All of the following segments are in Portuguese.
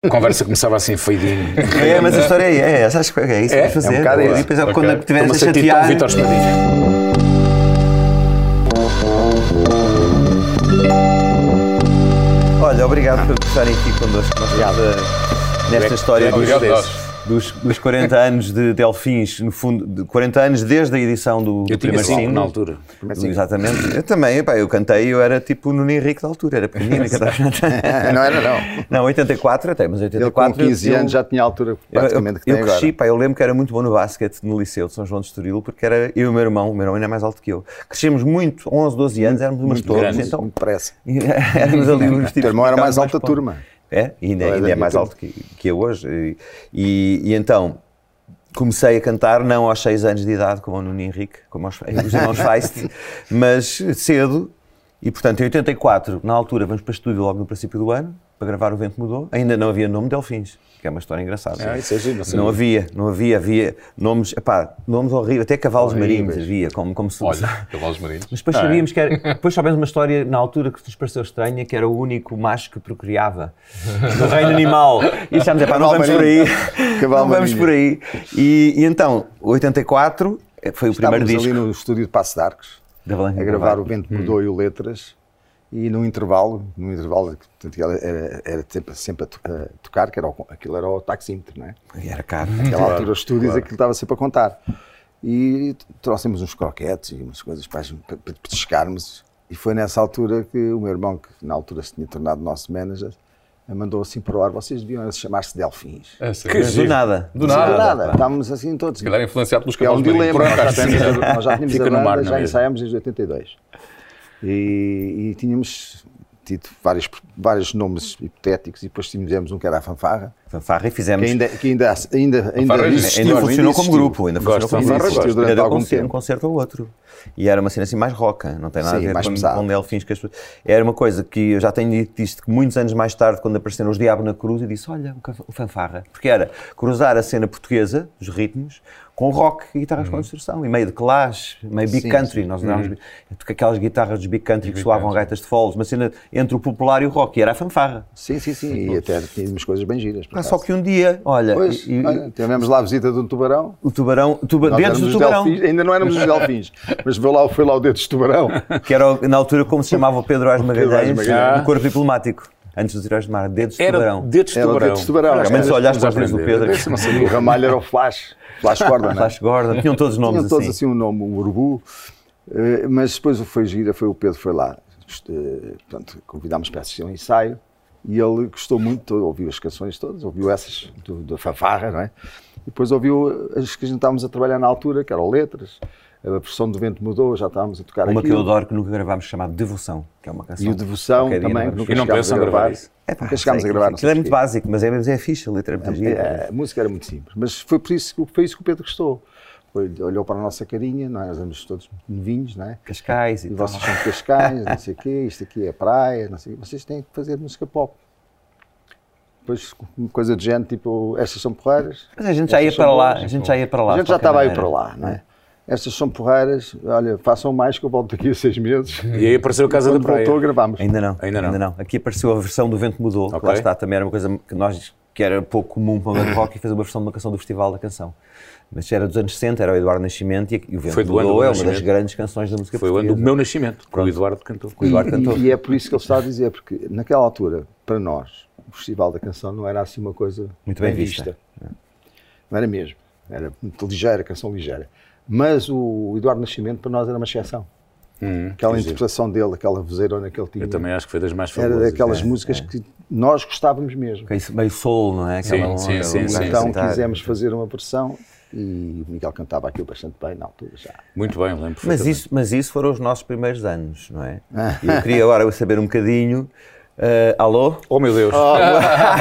A conversa começava assim, feidinho. É, mas a história é, é essa, acho que é isso É, que vais fazer. é um bocado e isso. depois Ok. quando Estou-me tiveres a a sentir chatear. tão Vitor Espadinha. Olha, obrigado por estarem aqui connosco. Nós estamos a- nesta história dos, Obrigado, nós. dos, dos 40 anos de Delfins, no fundo, de 40 anos desde a edição do Eu tinha primeiro cinco single. na altura. Exatamente. Eu também, epá, eu cantei, eu era tipo Nuno Henrique da altura, era pequenino. cantava- É, Não era, não. não, 84 até, mas Ele 84. com 15 eu- anos já tinha a altura Eu, eu, praticamente que eu tem agora. cresci, pá, eu lembro que era muito bom no basquete no Liceu de São João de Estoril, porque era eu e o meu irmão, o meu irmão ainda é mais alto que eu. Crescemos muito, 11, 12 anos, éramos umas torres, grandes, então Não me parece. éramos ali uns tipos. teu irmão que ficavam era mais alto da pobres. turma. É, e ainda, Ele era ainda da é minha mais turma. alto que, que eu hoje. E, e- e então comecei a cantar, não aos 6 anos de idade, como o Nuno Henrique, como aos, os irmãos Feist, mas cedo. E portanto, em 84, na altura, vamos para estúdio logo no princípio do ano, para gravar O Vento Mudou. Ainda não havia nome Delfins, que é uma história engraçada. Ah, isso é giro, não sabia. não havia, não havia, havia nomes, epá, nomes horríveis, até cavalos marinhos havia, como, como se. Olha, cavalos marinhos. Mas depois sabíamos que era. é? Depois soubemos uma história na altura que nos pareceu estranha, que era o único macho que procriava no reino animal. E achámos, epá, não Cavalo vamos por aí. marinho. Cavalo Não vamos marinho. por aí. E, e então, 84 eh, foi o primeiro Estávamos disco ali no estúdio de Passo de Arcos da Hum. Valentim a gravar Carvalho. o Vento Mudou e o Letras e no intervalo, no intervalo que portanto, ela era, era sempre, sempre a, to- a tocar, que era o, aquilo era o taxímetro, não é? E Era caro. Naquela altura os estúdios aquilo estava sempre a contar. E trouxemos uns croquetes e umas coisas para, as- para, para petiscarmos. E foi nessa altura que o meu irmão, que na altura se tinha tornado nosso manager, mandou assim para o ar, vocês deviam chamar-se Delfins. É, sim. Que Mas do nada. Do nada. Não, nada. Estávamos assim todos. Se calhar influenciado pelos Que é um cavalos marinhos. Por dilema. Nós acaso. já tínhamos a, nós já tínhamos Fica a no banda, mar, não é já mesmo? ensaiámos desde 82. E, e tínhamos tido vários, vários nomes hipotéticos e depois tivemos um que era a fanfarra, Fanfarra e fizemos. que ainda, é que ainda, ainda, ainda Fanfarra existiu, Ainda funcionou como existiu. grupo, ainda Gosto, funcionou como fanfarra, grupo. gosto. Ainda Durante deu algum concerto, um tempo. concerto ou outro. E era uma cena assim mais roca, não tem nada Sim, a ver mais com, pesado. com delfins que as pessoas- Era uma coisa que eu já tenho dito isto que muitos anos mais tarde, quando apareceram os Diabo na Cruz, eu disse: Olha, o ca- o fanfarra. Porque era cruzar a cena portuguesa, os ritmos, com rock e guitarras de construção, e meio de clash, meio big Sim, Uhum. country. Nós andávamos com aquelas guitarras dos big country que soavam gaitas de foles, uma cena entre o popular e o rock, e era a fanfarra. Sim, sim, sim. E até tínhamos coisas bem giras. por Ah, Só acaso. que um dia, olha, Pois, e- e- olha, tivemos lá a visita de um tubarão. o tubarão, tuba, Nós dentro éramos do os tubarão. Delfins, ainda não éramos os delfins, mas foi lá, foi lá o dedo de tubarão. Que era, o- na altura, como se chamava o Pedro Ás Magalhães, Magalhães. no corpo diplomático, antes dos heróis de mar, dedos de Era tubarão. dedos de Era o dedo tubarão. de tubarão. Ah, Era- Realmente, se olhares para Vamos os dedos do aprender. Pedro, Esse não O sabia. assim. ramalho era o Flash. Flash Gordon, não é? Flash Gordon, tinham todos nomes Tinham todos assim. assim um nome, o Urubu. eh, Mas depois o foi gira, foi o Pedro, foi lá. Gost- eh, Portanto, convidámos para assistir a um ensaio e ele gostou muito, ouviu as canções todas, ouviu essas do, da fanfarra, não é? E depois ouviu as que a gente estávamos a trabalhar na altura, que eram letras, a versão do vento mudou, já estávamos a tocar Uma que eu aquilo. adoro que nunca gravámos, chamada Devoção, que é uma canção. E o Devoção Qualquer dia também, não que vamos- nunca E não chegámos a pensam gravar gravar. isso? Nunca chegámos a sei, gravar. não Aquilo é sei muito porquê. básico, mas é, mas é ficha, letra é muito gira. É, a música era muito simples, mas foi, por isso, que- foi isso que o Pedro gostou. Foi- olhou para a nossa carinha, é? nós éramos todos novinhos, não é? Cascais e E tá tal. vocês são de Cascais, não sei o quê, isto aqui é praia, não sei o quê. Vocês têm que fazer música pop. Depois, uma coisa de género, tipo, estas são porreiras. Mas a gente já ia estas são para lá, boas. a gente já ia para lá. A de gente já qualquer estava aí maneira. para lá, não é? Estas são porreiras, olha, façam mais que eu volto daqui a seis meses. E aí apareceu a Casa da Quando Praia. voltou, gravámos. Ainda não. Ainda não. Aqui apareceu a versão do Vento Mudou, que Ok. lá está, também era uma coisa que nós que era pouco comum para uma banda de rock e fazer uma versão de uma canção do Festival da Canção. Mas era dos anos 60, era o Eduardo Nascimento e, aqui- e o Vento Foi do ano do Mudou é uma das Nascimento. grandes canções da música Foi o ano portuguesa. do meu nascimento, que o Eduardo cantou. O Eduardo cantou. E, e é por isso que ele está a dizer, porque naquela altura, para nós, o Festival da Canção não era assim uma coisa Muito bem vista. Não era mesmo. Era muito ligeira, canção ligeira. Mas o Eduardo Nascimento para nós era uma exceção. Hum, aquela interpretação dele, aquela vozeirona que ele tinha, Eu também acho que foi das mais era famosas. é, né? daquelas músicas que nós gostávamos mesmo. Que é isso, meio soul, não é? Aquela Sim, sim, onda, sim, uma sim, Então coisa tal. quisemos fazer uma versão e o Miguel cantava aquilo bastante bem na altura já. Muito bem, lembro. Mas perfeitamente. isso, mas isso foram os nossos primeiros anos, não é? E eu queria agora saber um bocadinho. eh, alô? Oh meu Deus! Ah,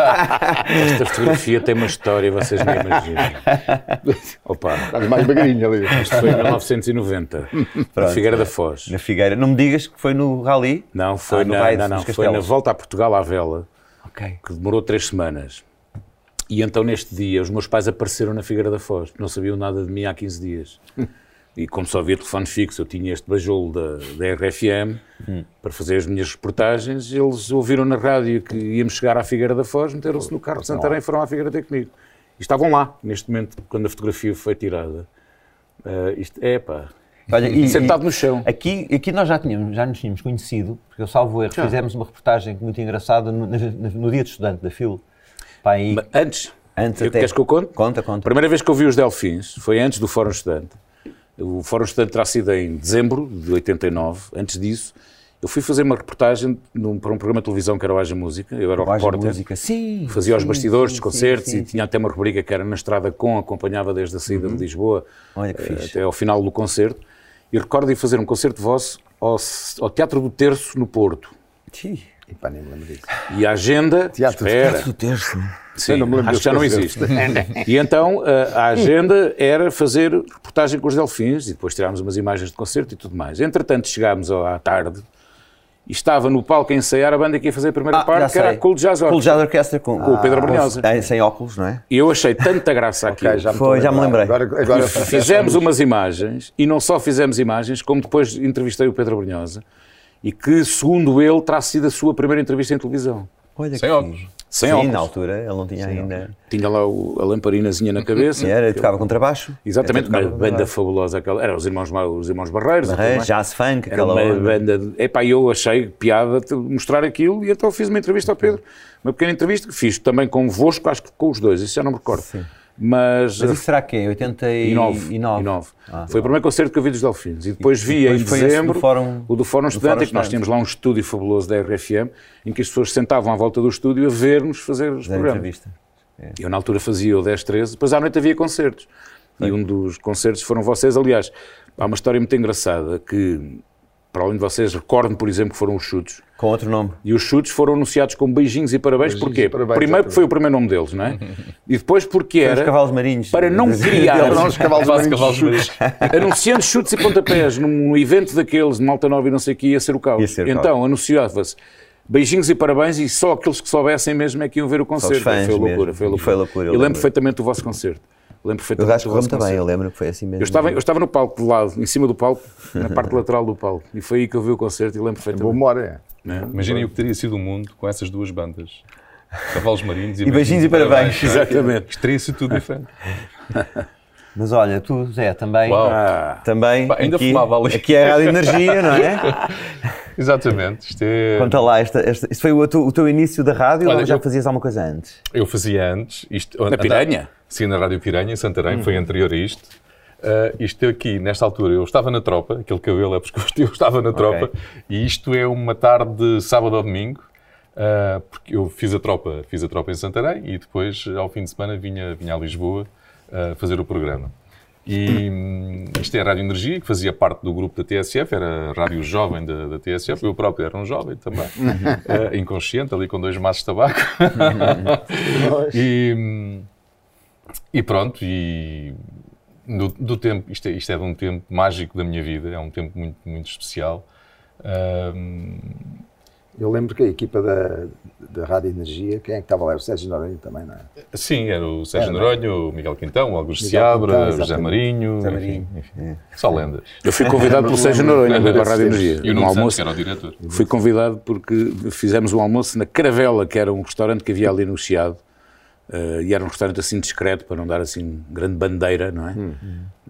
Esta fotografia tem uma história, vocês nem imaginam. Opa, Estás mais bagrinho ali. isto foi em 1990, na Figueira da Foz. Na Figueira. Não me digas que foi no Rally? Não, foi, Ah, no na, Raio não, dos não, foi na Castelos. volta a Portugal à vela, Ok. que demorou três semanas. E então, neste dia, os meus pais apareceram na Figueira da Foz. Não sabiam nada de mim há 15 dias. E como só havia telefone fixo, eu tinha este bajolo da, da RFM para fazer as minhas reportagens. Eles ouviram na rádio que íamos chegar à Figueira da Foz, meteram-se no carro de Santarém e foram à Figueira ter comigo. E estavam lá, neste momento, quando a fotografia foi tirada. Ah, isto, é pá, Tá, Olha, e- sentado e- é no chão. Aqui, aqui nós já, tínhamos, já nos tínhamos conhecido, porque eu salvo erro, fizemos uma reportagem muito engraçada no, na- na- no dia de estudante da FIL. Pá, aí, Mas Antes, Antes eu, até- queres que eu conte? Conta, conta. A primeira vez que eu vi os Delfins foi antes do Fórum Estudante. O Fórum Estudante terá sido em dezembro de 89. Antes disso, eu fui fazer uma reportagem num- para um programa de televisão que era o Haja Música. Eu era o Voz de repórter. música. Sim. Fazia os sim, bastidores sim, dos sim, concertos sim, e tinha até uma rubrica que era Na Estrada Com, acompanhava desde a saída de Lisboa Uhum. Olha que eh, fixe. até ao final do concerto. E recordo de fazer um concerto vosso ao, ao Teatro do Terço, no Porto. sim. Ih, E pá, nem me lembro disso. E a agenda. Teatro do espera, do terço. Sim, Eu não me lembro acho que já não das existe. e então eh, a agenda era fazer reportagem com os delfins e depois tirámos umas imagens de concerto e tudo mais. Entretanto, chegámos ao- à tarde e estava no palco a ensaiar a banda que ia fazer a primeira Ah, já parte, que era sei. a Cool Jazz Orchestra. Cool Jazz Orchestra com, o Pedro Brunhosa. Ah, sem óculos, não é? E eu achei tanta graça aqui. Ok, já me Foi, estou a já me lembrar. lembrei. Agora, agora Fizemos umas imagens e não só fizemos imagens, como depois entrevistei o Pedro Brunhosa e que, segundo ele, terá sido a sua primeira entrevista em televisão. Olha Sem que óculos. fixe. Sem Sim, óculos. na altura ele não tinha ainda. Tinha lá o- a lamparinazinha na cabeça. Era, tocava contrabaixo. Exatamente, Até uma tocava banda fabulosa aquela. Eram os irmãos, Ma- os irmãos Barreiros. e tudo Barreiros, mais. jazz funk, Era um aquela uma onda. banda. De... Epá, eu achei piada te- mostrar aquilo e então fiz uma entrevista ao Pedro. Uma pequena entrevista que fiz também convosco, acho que com os dois, isso já não me recordo. Mas. eh, mas isso será que é? 89. 89. foi o primeiro concerto que eu vi dos Delfins. E depois vi depois em foi esse do dezembro Fórum- o do Fórum Estudante, Fórum em que nós Estudante. tínhamos lá um estúdio fabuloso da RFM, em que as pessoas sentavam à volta do estúdio a ver-nos fazer os Da programas. entrevista. Eu, na altura, fazia o 10, 13, depois à noite havia concertos. E um dos concertos foram vocês. Aliás, há uma história muito engraçada que, para além de vocês, recordo por exemplo, que foram os chutes. Com outro nome. E os chutes foram anunciados como beijinhos e parabéns, Beijinhos porquê? e parabéns, Primeiro porque exatamente. foi o primeiro nome deles, não é? E depois porque Os era cavalos marinhos. para não criar é Eram os cavalos Quase marinhos. cavalos marinhos. anunciando chutes e pontapés num evento daqueles de Malta Nova e não sei o que, ia ser o caos. Ia ser o caos. então, anunciava-se beijinhos e parabéns e só aqueles que soubessem mesmo é que iam ver o concerto. fãs foi loucura, mesmo. foi loucura. Foi loucura, eu eu lembro lembro. perfeitamente do vosso concerto. Lembro Eu perfeitamente acho do que Ramo vosso também, concerto. eu lembro que foi assim mesmo. Eu estava, eu estava no palco de lado, em cima do palco, na parte lateral do palco. E foi aí que eu vi o concerto e É lembro Boa perfeitamente. memória. né? Imaginem o que teria sido o mundo com essas duas bandas. Cavalos marinhos e, E beijinhos e parabéns. não é? Exatamente. Isto teria sido tudo diferente. Mas olha, tu, Zé, também. Uau. Ah, Também. Pá, ainda aqui, fumava ali. Aqui é a Rádio Energia, não é? Exatamente. Isto é... Conta lá, esta, esta, isto foi o teu, o teu início da rádio Olha, ou já eu- fazias alguma coisa antes? Eu fazia antes. Isto, na Piranha? Hum. Sim, na Rádio Piranha, em Santarém, foi anterior a isto. Ah, isto aqui, nesta altura, eu estava na tropa, aquele cabelo é pescoço, eu estava na tropa, e isto é uma tarde de sábado ou domingo, ah, porque eu fiz a tropa, fiz a tropa em Santarém e depois, ao fim de semana, vinha, vinha a Lisboa ah, fazer o programa. E hum, isto é a Rádio Energia, que fazia parte do grupo da TSF, era a Rádio Jovem da, da TSF, eu próprio era um jovem também, Uhum. ah, inconsciente, ali com dois maços de tabaco. E, hum, e pronto, e do, do tempo, isto é, isto é de um tempo mágico da minha vida, é um tempo muito, muito especial. Ahm, Eu lembro que a equipa da, da Rádio Energia, quem é que estava lá? O Sérgio Noronha também, não é? sim, era o Sérgio Era, Noronho, o Miguel Quintão, o Augusto Miguel Seabra, Quintão, o José exatamente. Marinho, Zé enfim, Marinho. É. só lendas. eu fui convidado pelo Sérgio Noronha para a Rádio Energia. E o num Nuno Santos, almoço. que era o diretor. Fui convidado porque fizemos um almoço na Caravela, que era um restaurante que havia ali no Chiado. eh, e era um restaurante assim discreto, para não dar assim grande bandeira, não é?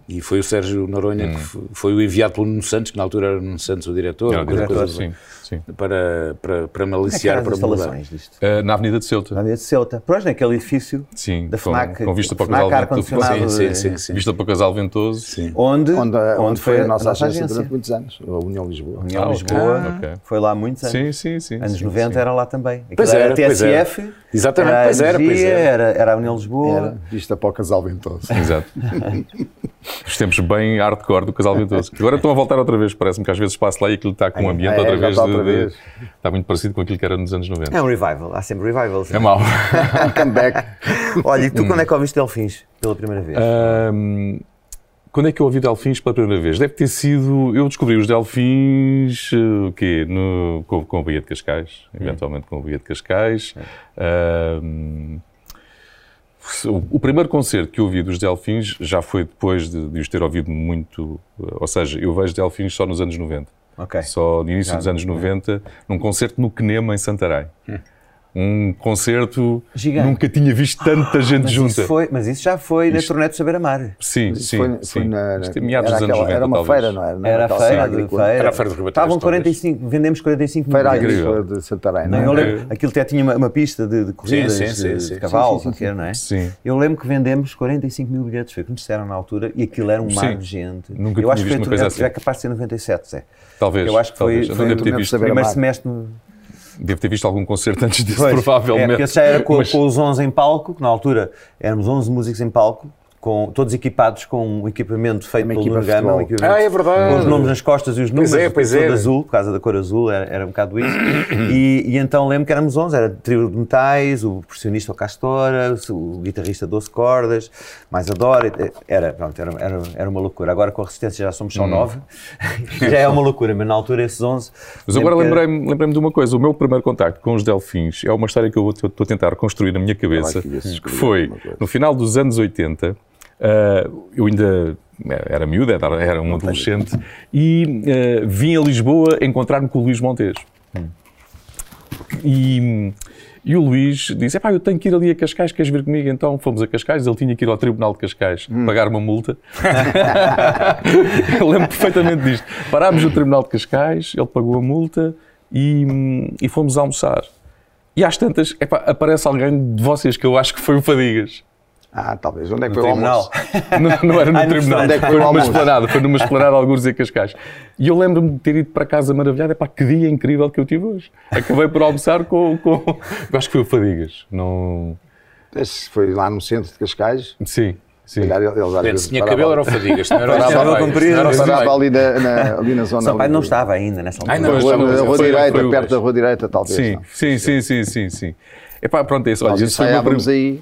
E foi o Sérgio Noronha que f- foi o enviado pelo Nuno Santos, que na altura era o Nuno Santos o diretor, Hum. Era o qualquer diretor, coisa, sim, sim. para, para, para Como maliciar, é que eram para as mudar. instalações disto? Ah, na Avenida de Ceuta. Rádio de Ceuta. Pois, naquele edifício Sim, da com, FNAC. com vista para o FNAC Casal Ventoso. ar-condicionado. Sim, sim, sim, sim. Vista para o Casal Ventoso. Sim. Onde, Onde, onde, foi a nossa agência, durante muitos anos, a União Lisboa. União Ah, ok, Lisboa. ok. Foi lá há muitos anos. Sim, sim, sim. Anos sim, 90 sim. era lá também. Aquilo Pois era era, a pois era. TSF, Exatamente, era a pois era, pois Energia, era. era a União Lisboa. Era vista para o Casal Ventoso. Exato. Os tempos bem hardcore do Casal Ventoso. Agora estão a voltar outra vez, parece-me que às vezes passo lá e aquilo está com um ambiente é, outra, já vez está de- outra de- vez. Está muito parecido com aquilo que era nos anos 90. É um revival, há sempre revivals. É mau. Comeback. Olha, e tu quando é que ouviste Delfins pela primeira vez? Ahm, quando é que eu ouvi Delfins pela primeira vez? Deve ter sido. Eu descobri os Delfins eh, o quê? No, com, com a Baía de Cascais, eventualmente com a Baía de Cascais. Ahm, O, o primeiro concerto que eu ouvi dos Delfins já foi depois de, de os ter ouvido muito. eh, Ou seja, eu vejo Delfins só nos anos 90. Ok. Só no início Já, Hum. dos anos 90, num concerto no Quenema, em Santarém. Um concerto. Gigante. Ah, Nunca tinha visto tanta gente Mas junta. isso, foi, mas isso já foi na turnê do Saber Amar. Sim, Isso sim. foi, foi sim. na, na- Isto é meados dos era anos aquela- 90, Era uma talvez. feira, não era? Não é Era a aquela feira, de- feira. Era a feira dos rebateiros, Estavam talvez. 45, vendemos 45 Feira mil. Incrível. agrícola de Santarém. Não, é? eu lembro, aquilo até tinha uma, uma pista de, de corridas sim, sim, de, sim. de cavalo, Sim, sim, sim, qualquer, não é? Sim. Eu lembro que vendemos 45 mil bilhetes, foi o que me disseram na altura, e aquilo era um mar Sim. de gente. Nunca eu tinha acho que visto foi uma tu- coisa é- assim. é capaz de ser 97, Zé. Talvez. Eu acho que talvez. foi- Eu foi devo ter no visto. Saber Primeiro Amar. semestre. Devo ter visto algum concerto antes disso, Pois, É, provavelmente. porque esse já era com, Mas- com os 11 em palco, que na altura éramos 11 músicos em palco, com, todos equipados com um equipamento feito Uma pelo equipa Nuno de Gama. um futebol. equipamento Ah, é verdade. Com os nomes nas costas e os números, Pois é, pois todo é. azul, por causa da cor azul, era, era um bocado isso. E, e então lembro que éramos 11, era trio de metais, o percussionista o Castora, o guitarrista 12 cordas, mais a Dora, era, pronto, era, era, era uma loucura. Agora com a resistência já somos só 9, já é uma loucura, mas na altura esses 11... Mas agora lembro que era- lembrei-me lembrei-me de uma coisa. O meu primeiro contacto com os delfins é uma história que eu vou- eu estou a tentar construir na minha cabeça, Estava aqui a que, escrever foi alguma coisa. no final dos anos 80. ah, eu ainda era miúdo, era, era um adolescente, e ah, vim a Lisboa encontrar-me com o Luís Montes. E, e o Luís disse: "Epá, eu tenho que ir ali a Cascais, queres vir comigo? Então fomos a Cascais, ele tinha que ir ao Tribunal de Cascais Hum. pagar uma multa. eu lembro perfeitamente disto. Parámos no Tribunal de Cascais, ele pagou a multa e, hum, e fomos almoçar. E às tantas, epá, aparece alguém de vocês que eu acho que foi o Fadigas. Ah, talvez. Onde é que No foi o almoço? tribunal. Não, não era no Ai, no tribunal, restaurante. foi numa Almoço. esplanada, foi numa esplanada alguns em Cascais. E eu lembro-me de ter ido para casa maravilhado, epá, que dia incrível que eu tive hoje. Acabei por almoçar com, com... Eu acho que foi o Fadigas, não... Esse Foi lá no centro de Cascais. Sim, sim. Se calhar ele- ele às Portanto, vezes se tinha parava cabelo era ali. o Fadigas, não era o Era o Sampaio. comprido, Não era o Ele Sampaio. estava ali na, na- ali na zona. São pai não do- estava ainda nessa altura. Ai, Na não, rua, já não- na já rua foi- direita, foi o perto gajo. da rua direita, talvez. Sim, é não. sim, sim, sim, sim, sim. Epá, pronto, é isso. Nós Olha, isso foi o meu ensaiávamos prim- aí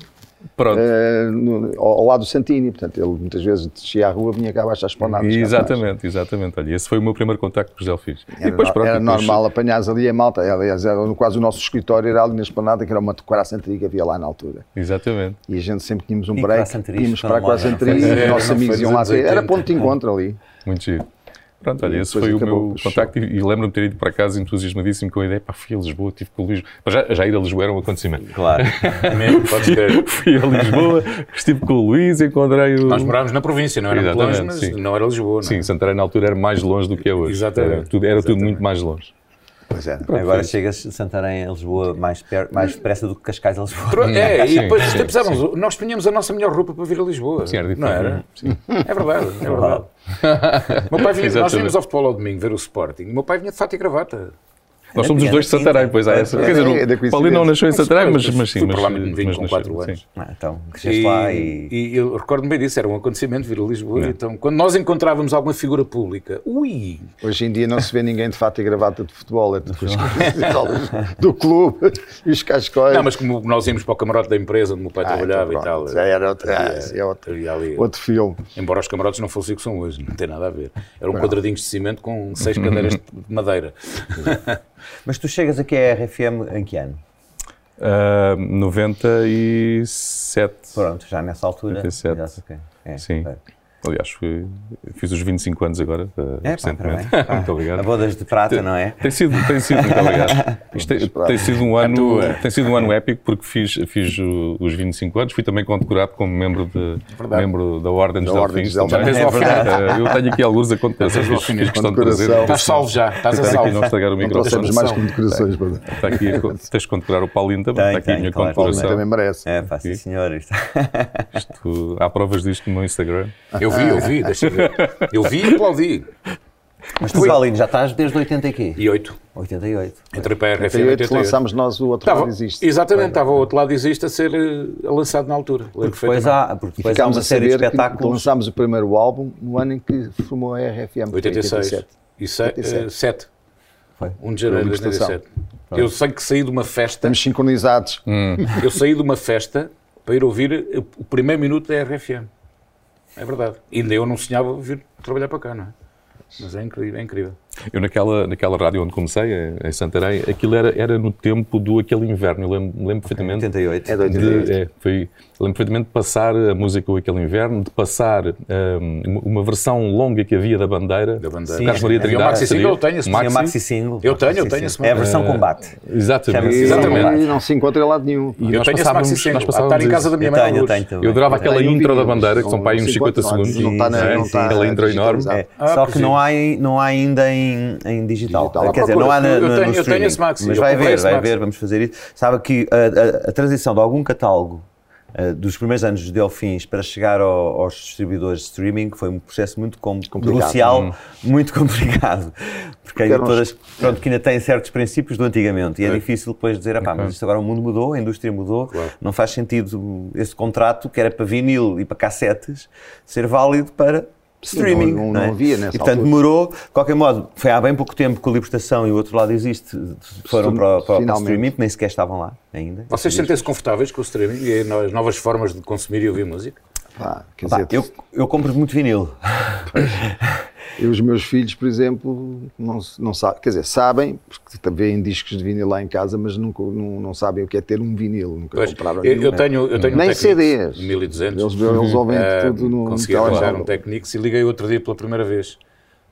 Pronto. eh, no- ao, ao lado do Santini, portanto, ele muitas vezes descia à rua, vinha cá abaixo às planadas. Exatamente, exatamente. Olha, esse foi o meu primeiro contacto com os delfins. E Era, depois, pronto, era depois- normal apanhares ali a malta. Aliás, era quase o nosso escritório era ali na esplanada, que era uma decoração antiga que havia lá na altura. Exatamente. E a gente sempre tínhamos um E break, croissanterias, íamos tão para a moda, não foi? Quacenteria, os nossos Não foi amigos nos iam lá anos ter. Era 80. ponto de encontro ali. Muito giro. Pronto, olha, E esse depois foi o acabou meu o show. contacto e, e lembro-me de ter ido para casa entusiasmadíssimo com a ideia, pá, fui a Lisboa, tive com o Luís. Mas já, já ir a Lisboa era um acontecimento. Claro. Mesmo, Podes crer. fui a Lisboa, estive com o Luís, encontrei o... Nós morávamos na província, não era Exatamente, longe, mas sim. não era Lisboa. Não Sim, é? Santarém na altura era mais longe do que é hoje. Exatamente. Era tudo, era tudo muito mais longe. Pois é. era. Agora chegas de Santarém a Lisboa mais, per, mais depressa do que Cascais a Lisboa. Tro- É, Sim, e depois sim, isto pensávamos, nós punhamos a nossa melhor roupa para vir a Lisboa. Sim, era não diferente, era? não é? É verdade, é verdade. Meu pai vinha, nós Exatamente. vínhamos ao futebol ao domingo ver o Sporting. Meu pai vinha de fato e gravata. Nós somos os dois de Santarém, pois há essa. É, Quer dizer, é da o Paulinho coincidência. não nasceu em Santarém, mas, mas sim. Fui para mas- lá muito novinho, mas com 4 nasceu, sim. anos. Ah, então, cresceste lá e... e eu recordo-me bem disso, era um acontecimento vir a Lisboa. É. Então, quando nós encontrávamos alguma figura pública, ui, Hoje em dia não se vê ninguém de fato e gravata de futebol, é tudo os camisolas do clube e os cascóis. Não, mas como nós íamos para o camarote da empresa onde o meu pai Ah, trabalhava então e tal. pronto, Já era outro, ah, esse é outro, havia ali- outro filme. Embora os camarotes não fossem o que são hoje, não tem nada a ver. Eram quadradinhos de cimento com seis cadeiras de madeira. Mas tu chegas aqui à RFM em que ano? Ah, 97. Pronto, já nessa altura. 87. já sei o quê. É, Sim. é. Aliás, fui- fiz os 25 anos agora, ah, É, pá, recentemente. parabéns. Muito A obrigado. bodas de prata, não é? Tem sido, tem sido, muito obrigado. Isto tem, tem sido um ano, tem sido um ano épico porque fiz, fiz o- os 25 anos, fui também condecorado como membro, de, membro da Ordem dos Da Ordem Delfins. dos também. Delfins. É verdade. Ah, eu tenho aqui alguns acontecimentos, fiz, fiz questão de trazer. Condecoração. Estás salvo já, estás a Tentar aqui salvo. não estragar o Não microfone. trouxemos mais como decorações, brother. Está aqui, a co- tens de condecorar o Paulinho também, Tem, está aqui a tem, minha claro. condecoração. Também merece. É, pá, sim, senhor. isto- Isto- há provas disto no meu Instagram. Eu vi, eu vi, deixa eu ver. Eu vi e aplaudi. Mas tu, Paulino, já estás desde 80 aqui. E oito. 88. Entrei para a RFM em 38 88. lançámos nós o outro Estava, lado existe. exatamente, estava o outro lado existe a ser eh, lançado na altura. Lembro Depois perfeitamente. há, porque depois há é Ficámos uma a série de saber que espetáculos. lançámos o primeiro álbum no ano em que é formou a RFM. foi 86. E 87. 7. Foi. 1 de janeiro de Foi uma demonstração. 87. Eu sei que saí de uma festa. Estamos sincronizados. Hum. Eu saí de uma festa para ir ouvir eh, o primeiro minuto da RFM. É verdade. Ainda eu não sonhava vir trabalhar para cá, não é? Mas é incrível, é incrível. Eu naquela, naquela rádio onde comecei, eh, em Santarém, aquilo era, era no tempo do aquele inverno. Eu lembro, lembro perfeitamente. 88. É de 88. De, é, foi, lembro perfeitamente de passar a música O Aquele Inverno, de passar hum, uma versão longa que havia da Bandeira. Da bandeira. Sim, Carlos Maria Havia Trindade. o Maxi seria? Single, eu tenho esse Tinha maxi single. Eu tenho, eu Maxi tenho esse single. É a versão combate. Exatamente. Chama-se E, exatamente. e não se encontra em lado nenhum. E Eu nós tenho esse passávamos- maxi single, nós a passávamos estar em casa isso. da minha Eu mãe tenho, na eu luz. tenho também. Eu adorava Tem aquela no intro da vinil, bandeira, que são não- para aí não uns se 50 encontra, segundos. não está na- né? não está aquela intro enorme. digitalizada. É, Ah, só pois que é. não há, em- não há ainda em, em digital. Digital. Quer dizer, Procura, não há na, eu no- tenho- no eu tenho streaming. esse maxi, Mas eu vai comprei ver, esse vai maxi. ver, vamos fazer isso. Sabe que a, a- a transição de algum catálogo ah, dos primeiros anos de Delfins para chegar ao- aos distribuidores de streaming foi um processo muito com- Complicado. negocial, Uhum. muito complicado. Porque ainda Eram os- todas, pronto, que ainda têm certos princípios do antigamente e é difícil depois dizer, ah pá, mas isto agora o mundo mudou, a indústria mudou, não faz sentido esse contrato que era para vinil e para cassetes ser válido para streaming. não- não é? havia nessa E portanto altura. demorou, de qualquer modo, foi há bem pouco tempo que o Libertação e o Outro Lado Existe foram Sim, para, o- para, o- para o finalmente. streaming, nem sequer estavam lá ainda. Vocês sentem-se confortáveis com o streaming e as novas formas de consumir e ouvir música? Pá, quer Pá, dizer, eu, eu compro muito vinil. E os meus filhos, por exemplo, não, não sabem, quer dizer, sabem, porque também discos de vinil lá em casa, mas nunca, não, não sabem o que é ter um vinil, nunca Pois, compraram eu, nenhum. eu tenho, eu tenho um Nem Technics CDs. 1200. Eles, eles ouvem Ah, tudo no Consegui no arranjar telemóvel. um Technics e liguei outro dia pela primeira vez.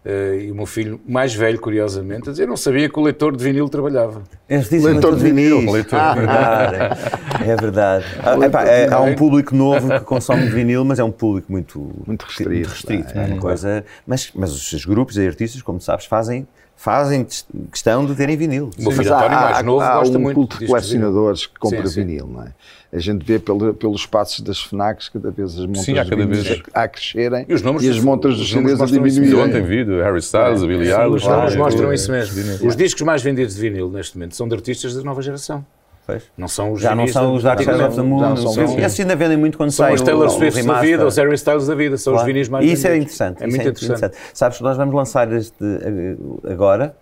Ah, e o meu filho, mais velho, curiosamente, a dizer, não sabia que o leitor de vinil trabalhava. Eles dizem Leitor de vinil. É verdade. É verdade. Ah, epá, é- há um público novo que consome vinil, mas é um público muito, Muito restrito, restrito, não é uma coisa, mas, mas os seus grupos e artistas, como sabes, fazem, fazem questão de terem vinil. O meu Mas filho António, mais novo, há gosta um muito culto de discos colecionadores que Sim, compra sim. vinil, não é? A gente vê pelo- pelos passos das FNACs cada vez as montas Sim, há de cada vinis vez- a a crescerem E os números- as montas dos os números CDs a mostram isso. E diminuírem. ontem vi do Harry Styles, o Billy Os números Eilish. é, mostram tudo, isso é. mesmo. Os discos mais vendidos de vinil, neste momento, são de artistas da nova geração. Pois. Não são os Já não vinis são os Dark Side of the não, Moon. já não são- são- são- Esses ainda vendem muito quando São sai os o- Taylor o Swift da remaster. vida, os Harry Styles da vida, são os vinis mais E Isso é vendidos. interessante. É isso muito interessante. Sabes que nós vamos lançar este, eh, agora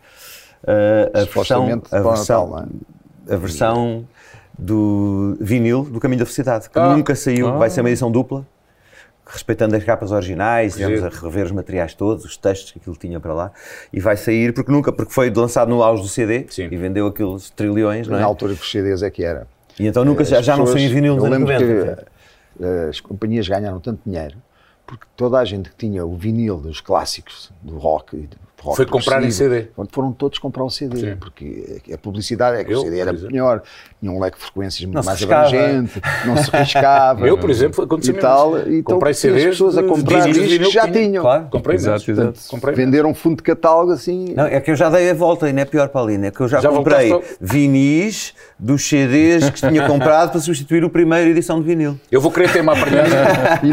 eh, a versão, Supostamente a para o versão, Natal, é? a versão do vinil do Caminho da Felicidade, que Ah. nunca saiu, vai ser uma edição dupla, respeitando as capas originais, tivemos giro. a rever os materiais todos, os textos que aquilo tinha para lá, e vai sair porque nunca, porque foi lançado no auge do CD Sim. e vendeu aqueles trilhões, não Na é? altura que os CDs é que era. E então nunca, já, As já não pessoas- saiu vinil eu nos anos lembro 90. que eh, as companhias ganharam tanto dinheiro porque toda a gente que tinha o vinil dos clássicos do rock e do rock Foi comprar em progressivo, CD. quando foram todos comprar o CD Sim. porque a publicidade é que Eu, o CD era por exemplo. melhor tinha um leque de frequências muito se mais riscava. abrangente não se riscava Eu, por exemplo, aconteceu e mesmo tal isso. e então Comprei tinha CDs as pessoas a de- comprar discos de discos vinil que já que tinha. tinham Claro. Comprei Exato, mesmo. exato. portanto, comprei mesmo. venderam fundo de catálogo assim Não, é que eu já dei a volta e não é pior para ali, né? Que eu já, Já comprei voltaste vinis dos CDs que tinha comprado para substituir o primeiro edição de vinil. Eu vou querer ter uma aparelhagem. e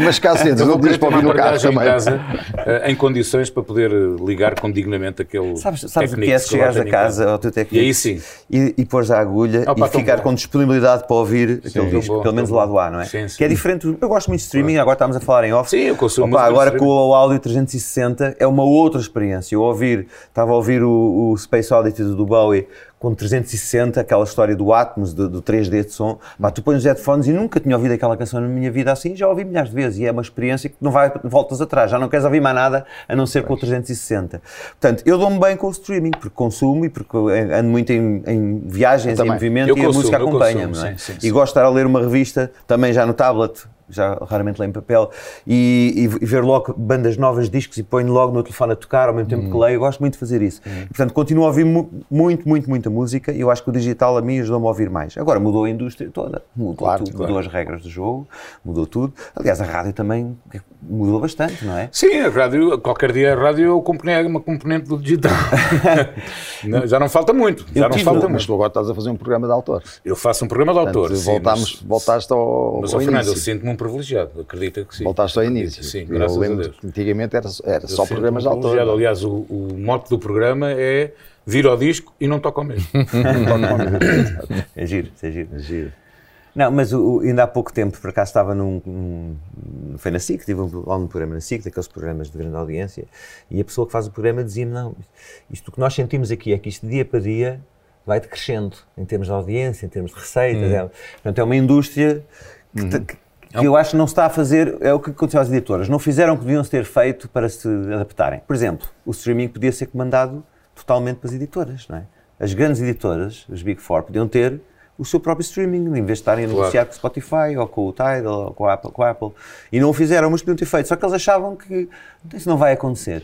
umas cassetes Eu não vou tinhas querer ter para uma ouvir no carro aparelhagem em também casa eh, em condições para poder eh, ligar com dignamente aquele Sabes, sabes o que Technics é se eu lá chegares a tenho em casa ao teu E técnico aí sim. e, e pôres a agulha Opa, e tão ficar bom. com disponibilidade para ouvir aquele tão disco, bom, pelo menos tão o lado bom. A, não é? Sim, sim. Que é diferente. Eu gosto muito de streaming, agora estamos a falar em off. Sim, eu consumo Opa, música de agora com streaming. o áudio 360 é uma outra experiência. Eu ouvir, estava a ouvir o, o Space Oddity do Bowie com 360, aquela história do Atmos, do, do 3D de som. Mas tu pões os headphones e nunca tinha ouvido aquela canção na minha vida assim, já ouvi milhares de vezes e é uma experiência que não vai, voltas atrás, já não queres ouvir mais nada a não ser com o 360. Portanto, eu dou-me bem com o streaming, porque consumo e porque eh, ando muito em, em viagens, em também. movimento Eu e a consumo, música eu acompanha-me. consumo, não é? sim, sim, E sim. gosto de estar a ler uma revista, também já no tablet, já raramente leio em papel, e, e ver logo bandas novas, discos e ponho logo no telefone a tocar ao mesmo tempo Hum. que leio. Eu gosto muito de fazer isso. Portanto, continuo a ouvir mu- muito, muito, muita música e eu acho que o digital a mim ajudou-me a ouvir mais. Agora mudou a indústria toda, mudou Claro, tudo, mudou as regras do jogo, mudou tudo. Aliás, a rádio também é, mudou bastante, não é? Sim, a rádio, qualquer dia a rádio é o componente- uma componente do digital. Não, já não falta muito. Já não tive- falta mas muito. tu agora estás a fazer um programa de autor Eu faço um programa de autor. Portanto, sim, voltámos, mas- voltaste ao, Mas, ao ó, Fernando, eu início. sinto-me um privilegiado, acredita que sim. Voltaste ao Acredito, início. Sim, eu graças a lembro Deus. que antigamente era, era Eu sinto-me só um programas de autor. privilegiado. Aliás, o, o mote do programa é vir ao disco e não toca ao mesmo. É giro, é giro. Giro. Não, mas o- o- ainda há pouco tempo, por acaso estava num, num- Foi na SIC, tive um, lá um programa na SIC, daqueles programas de grande audiência, e a pessoa que faz o programa dizia-me: não, isto que nós sentimos aqui é que isto dia para dia vai decrescendo, em termos de audiência, em termos de receitas. É, portanto, é uma indústria que, te- que- É que eu acho que não se está a fazer. É o que aconteceu às editoras, não fizeram o que deviam ter feito para se adaptarem. Por exemplo, o streaming podia ser comandado totalmente para as editoras, não é? As grandes editoras, as Big Four, podiam ter o seu próprio streaming, em vez de estarem a negociar com o Spotify, ou com o Tidal, ou com a Apple. com a Apple. E não o fizeram, mas podiam ter feito. Só que eles achavam que isso não vai acontecer.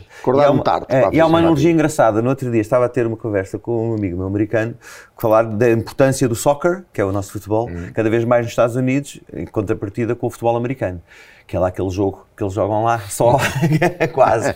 E Acordaram há uma- tarde, é, pá, E há uma funcionar. analogia engraçada. No outro dia estava a ter uma conversa com um amigo meu americano, falar da importância do soccer, que é o nosso futebol, Uhum. cada vez mais nos Estados Unidos, em contrapartida com o futebol americano. Que é lá aquele jogo que eles jogam lá, só, quase.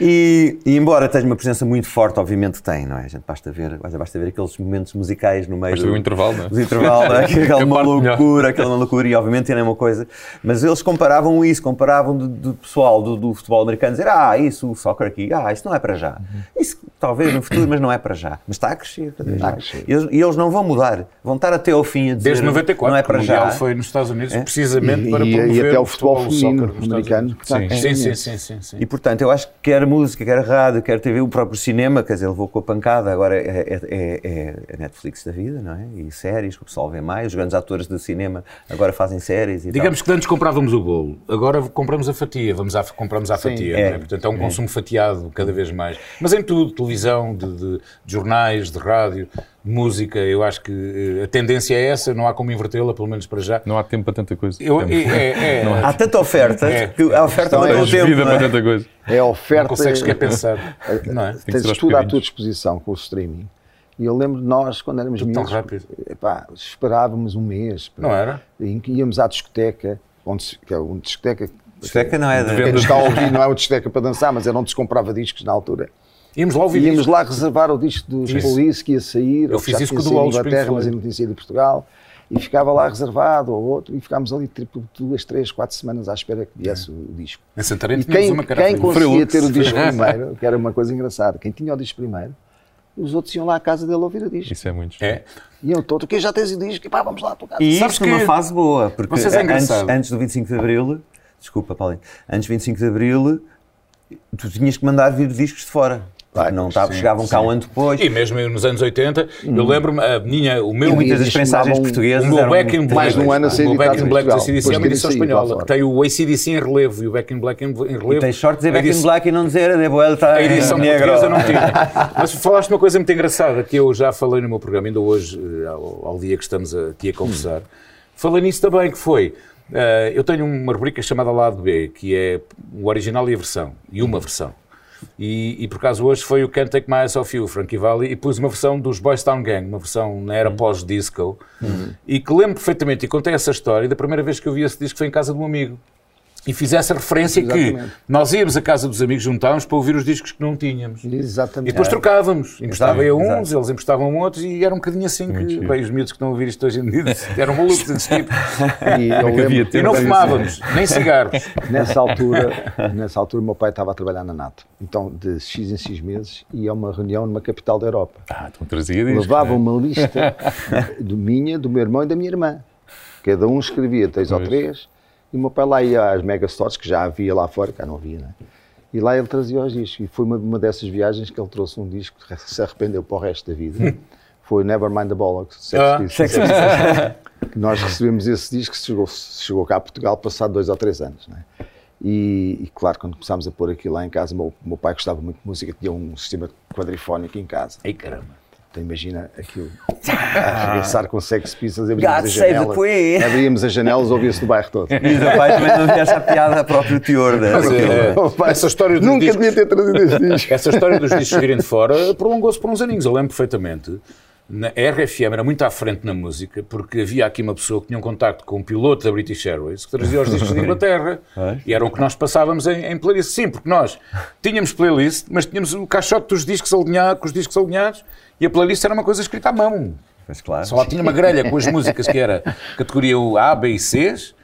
E, e embora tenha uma presença muito forte, obviamente tem, não é? A gente basta ver, basta ver aqueles momentos musicais no meio Mas teve um do- intervalo, não é? os intervalos, né? aquela É uma parte melhor. loucura, aquela uma loucura, e obviamente era uma coisa. Mas eles comparavam isso, comparavam do, do pessoal do, do futebol americano, dizer, ah, isso, o soccer aqui, ah, isso não é para já. Isso talvez no futuro, mas não é para já. Mas está a crescer. cada vez mais. E eles, e eles não vão mudar, vão estar até ao fim a dizer, Desde 94, não é que o para Mundial já. foi nos Estados Unidos precisamente É. E- para e- e promover até o futebol feminino soccer nos Estados americano, é Unidos. que está Sim, em- sim, sim, sim, sim, E portanto, eu acho que quer música, quer rádio, quer TV, o próprio cinema, quer dizer, levou com a pancada. Agora é, é- é- é a Netflix da vida, não é? E séries, que o pessoal vê mais. Os grandes atores do cinema agora fazem séries e tal. Digamos que antes comprávamos o bolo, agora compramos a fatia, vamos à, compramos à fatia. é. não é? Portanto, é um consumo fatiado cada vez mais. Mas em tudo, televisão, de, de- de jornais, de rádio, de música, eu acho que eh, a tendência é essa, não há como invertê-la, pelo menos para já. Não há tempo para tanta coisa. Eu, é, Temos- é, é, Há tanta oferta É. que a oferta não Então tem é o Tens tempo. vida não para é? tanta coisa. É a oferta. não consegues sequer pensar, não é? Tem que ser Tens aos tudo à tua bocadinhos. disposição com o streaming. E eu lembro de nós, quando éramos Tudo tão miúdos, rápido. epá, esperávamos um mês. pá. Não era? Em que Íamos à discoteca, onde se, que é um discoteca, Discoteca não é da- quem nos está a ouvir não é uma discoteca para dançar, mas era onde se comprava discos na altura. Íamos lá ouvir Íamos isto. lá reservar o disco dos Isso. Police que ia sair, Eu ou que fiz já isso com tinha o saído do em Alves Pink Inglaterra, mas Floyd. ainda não tinha saído em Portugal, e ficava lá reservado ou outro, e ficámos ali tipo duas, três, quatro semanas à espera que viesse o disco. É. Em Santarém E tínhamos quem, uma quem carafilha. conseguia Frelux. ter o disco primeiro, que era uma coisa engraçada, quem tinha o disco primeiro, os outros iam lá à casa dele ouvir o disco. Isso é muito. É. Iam todos, quem já tens o disco? E pá, vamos lá à tua casa. E Sabes isto numa que- fase boa, porque Vocês é antes, engraçado. antes do 25 de Abril, desculpa, Paulinho, antes do 25 de Abril, tu tinhas que mandar vir discos de fora. Porque não tava, chegavam cá um ano depois. E mesmo nos anos 80, eu lembro-me, a minha, o meu Hum. E muitas das Eles prensagens chamavam portuguesas O meu eram Back in um Black, mais de um ano a ser o meu Back editado in em Black da Portugal, CDC é uma depois edição terem saído lá espanhola, que fora. tem o ACDC em relevo e o Back in Black em, em relevo. E tens sorte de dizer A Back in edição- Black e não dizer De Vuelta A em edição tá Negro. portuguesa não tinha. Mas falaste uma coisa muito engraçada que eu já falei no meu programa, ainda hoje, eh, ao, ao dia que estamos a- aqui a conversar. Falei nisso também, que foi. eh, eu tenho uma rubrica chamada Lado B, que é o original e a versão, e uma versão. E, e por acaso hoje foi o Can't Take My Eyes Off You, Frankie Valli, e pus uma versão dos Boys Town Gang, uma versão na era pós-disco, e que lembro perfeitamente, e contei essa história, da primeira vez que eu vi esse disco foi em casa de um amigo e fizesse a referência que nós íamos à casa dos amigos, juntávamos para ouvir os discos que não tínhamos. E Exatamente. depois trocávamos. Emprestava eu Exato. uns, eles emprestavam outros e era um bocadinho assim que. giro. Bem, os miúdos que estão a ouvir isto hoje em dia eram malucos desse tipo. E eu havia lembro- tempo. E não fumávamos, nem cigarros. Nessa altura, nessa altura, o meu pai estava a trabalhar na NATO. Então, de X em X meses, ia a uma reunião numa capital da Europa. Ah, então trazia disco. Levava uma lista do minha, do meu irmão e da minha irmã. Cada um escrevia três ou três. E o meu pai lá ia às megastores, que já havia lá fora, cá não havia, né? E lá ele trazia os discos. E foi uma, uma dessas viagens que ele trouxe um disco que se arrependeu para o resto da vida. Foi Nevermind the Bollocks, Sex Ah, Pistols. Nós recebemos esse disco que chegou, chegou cá a Portugal passado dois ou três anos. Né? E, e, claro, quando começámos a pôr aqui lá em casa, o meu, o meu pai gostava muito de música, tinha um sistema quadrifónico em casa. Ai caramba. Então imagina aquilo. Ah. A regressar com Sex Pistols, abríamos God as save the janelas. Queen. Abríamos as janelas, ouvia-se do bairro todo. E os meus pais também não havia essa piada a próprio teor. da- Mas, eh, Meu pai, essa história dos Nunca discos- devia ter trazido esse disco. Essa história dos discos virem de fora prolongou-se por uns aninhos, eu lembro perfeitamente. Na a RFM era muito à frente na música, porque havia aqui uma pessoa que tinha um contacto com um piloto da British Airways que trazia os discos de Inglaterra e eram o que nós passávamos em, em playlist. Sim, porque nós tínhamos playlist, mas tínhamos o caixote dos discos alinhados, com os discos alinhados e a playlist era uma coisa escrita à mão. Mas claro. Só lá tá tinha uma grelha com as músicas que era categoria o A, B e Cs,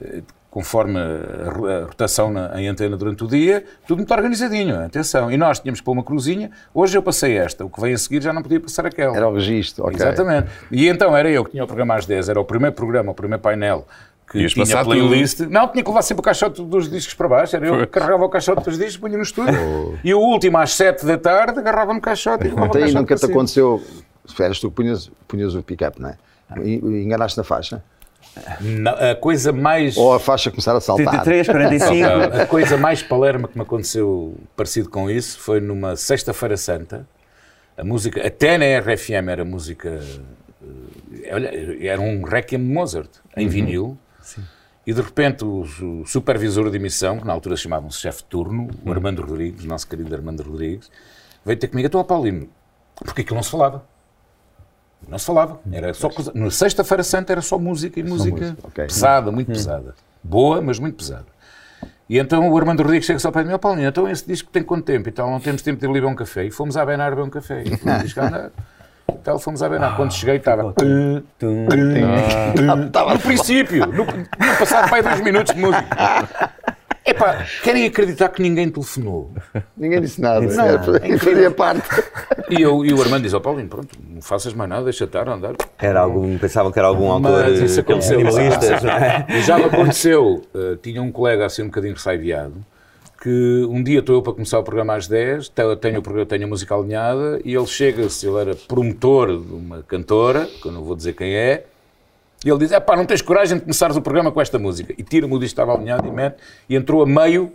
eh, conforme a ro- a rotação na, em antena durante o dia, tudo muito organizadinho, atenção. E nós tínhamos que pôr uma cruzinha, hoje eu passei esta, o que vem a seguir já não podia passar aquela. Era o registro, ok. Exatamente. E então era eu que tinha o programa às 10, era o primeiro programa, o primeiro painel. Que Ias tinha passar playlist. Não, tinha que levar sempre o caixote dos discos para baixo. Era eu que carregava o caixote dos discos, punha no estúdio. E o último, às 7 da tarde, agarrava-me o caixote e levava o Oh. Até aí caixote Então, nunca para te cima. aconteceu. Se eras tu que punhas, punhas o pick-up, não é? Ah. E, e enganaste na faixa? Não, A coisa mais... Ou a faixa começar a saltar? 33, 45. tá A coisa mais palerma que me aconteceu parecido com isso foi numa sexta-feira santa. A música, até na RFM era música. eh, olha, Era um Requiem de Mozart, em vinil. E de repente o, o supervisor de emissão, que na altura chamavam-se chefe de turno, o Armando Rodrigues, nosso querido Armando Rodrigues, veio ter comigo. Então, ó Paulino, porque aquilo não se falava? Não se falava. Era só coisa- Na Sexta-feira Santa Hum, era só música e música, Hum. música, ok. pesada, muito pesada. Boa, mas muito pesada. E então o Armando Rodrigues chega só para mim, ó Paulinho, então esse disco tem quanto tempo? E tal, não temos tempo de ir beber um café. E fomos à Benar beber um café. E fomos disco a andar. E tal, fomos à Benar. Quando cheguei estava... Estava no princípio, no, no passado para dois minutos de música. Epá, querem acreditar que ninguém telefonou? Ninguém disse nada. é Não, fazia parte. E, eu, e o Armando diz, ó Paulinho, pronto, não faças mais nada, deixa estar, andar. Era algum, pensavam que era algum autor Mas isso eh, aqueles aconteceu. minimalistas, não é? E Já me aconteceu, eh, tinha um colega assim um bocadinho ressaideado, que um dia estou eu para começar o programa às 10, te- tenho, o programa, tenho a música alinhada, e ele chega-se, ele era promotor de uma cantora, que eu não vou dizer quem é, e ele diz, é pá, não tens coragem de começares o programa com esta música. E tira-me o disco que estava alinhado e mete, e entrou a meio,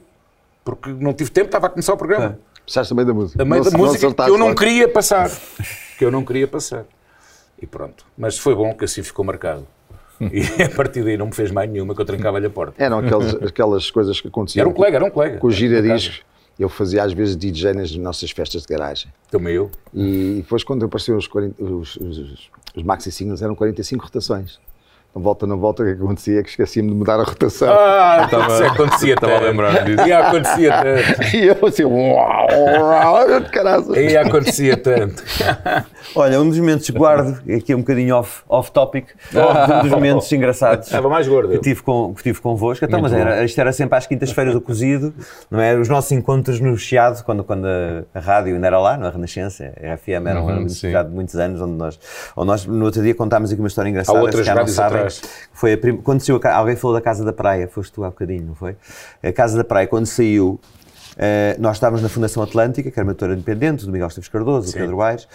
porque não tive tempo, estava a começar o É. programa. Precisaste também da música. A meio da Não- não música que soltaste eu não logo. queria passar. Que eu não queria passar. E pronto. Mas foi bom que assim ficou marcado. E a partir daí não me fez mais nenhuma que eu trancava-lhe a porta. Eram aquelas, aquelas coisas que aconteciam. Era um colega, era um colega. Com o giradiscos. Eu fazia às vezes DJ nas nossas festas de garagem. Também eu. E depois, quando apareceram os, 40, os, os, os- os maxi singles, eram 45 rotações. Então, volta na volta, o que acontecia é que esquecia-me de mudar a rotação. Ah, isso acontecia estava a tanto. lembrar disso. E acontecia tanto. E eu assim, uau, uau, de caralho. E acontecia tanto. Olha, um dos momentos, guardo, aqui é um bocadinho off- off-topic, um dos momentos engraçados Ah. Estava mais gordo. que eu. tive, com, que tive convosco. Então, mas era, isto era sempre às quintas-feiras do cozido, não é? Os nossos encontros no Chiado, quando, quando a, a rádio ainda era lá, não é? a Renascença, a RFM era Uhum, um sim. Chiado de muitos anos, onde nós, onde nós no outro dia contámos aqui uma história engraçada. Há outras se calhar não rádios sabem. atrás. Foi a prim... aconteceu a ca- Alguém falou da Casa da Praia, foste tu há bocadinho, não foi? A Casa da Praia, quando saiu, eh, nós estávamos na Fundação Atlântica, que era uma editora independente, do Miguel Esteves Cardoso, do Pedro Aires,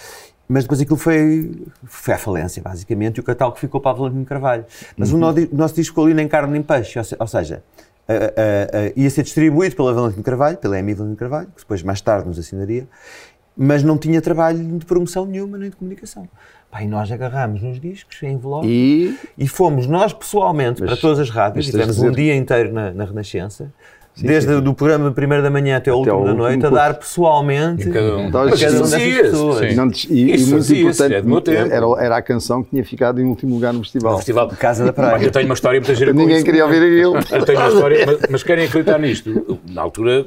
mas depois aquilo foi, foi à falência, basicamente, e o catálogo ficou para a Valentino Carvalho. Mas o, no- o nosso disco ficou ali nem carne nem peixe, ou se- ou seja, eh, eh, eh, ia ser distribuído pela Valentino Carvalho, pela EMI Valentino Carvalho, que depois mais tarde nos assinaria, mas não tinha trabalho de promoção nenhuma nem de comunicação. Pá, e nós agarramos nos discos, em envelopes, E e fomos nós pessoalmente para todas as rádios, mas tens tivemos de um dizer- dia inteiro na, na Renascença, desde o do programa primeiro da manhã até o último ao da último noite, a curso. dar pessoalmente Em cada um. Então, a cada uma dessas Sim, sim, pessoas. sim. Não des- e, Isso, e muito isso, importante, é do meu tempo. Era, era a canção que tinha ficado em último lugar no festival. No festival de Casa da Praia. Eu tenho uma história muito gira com Ninguém isso. queria ouvir aquilo. Eu tenho uma história, mas, mas querem acreditar nisto. Na altura,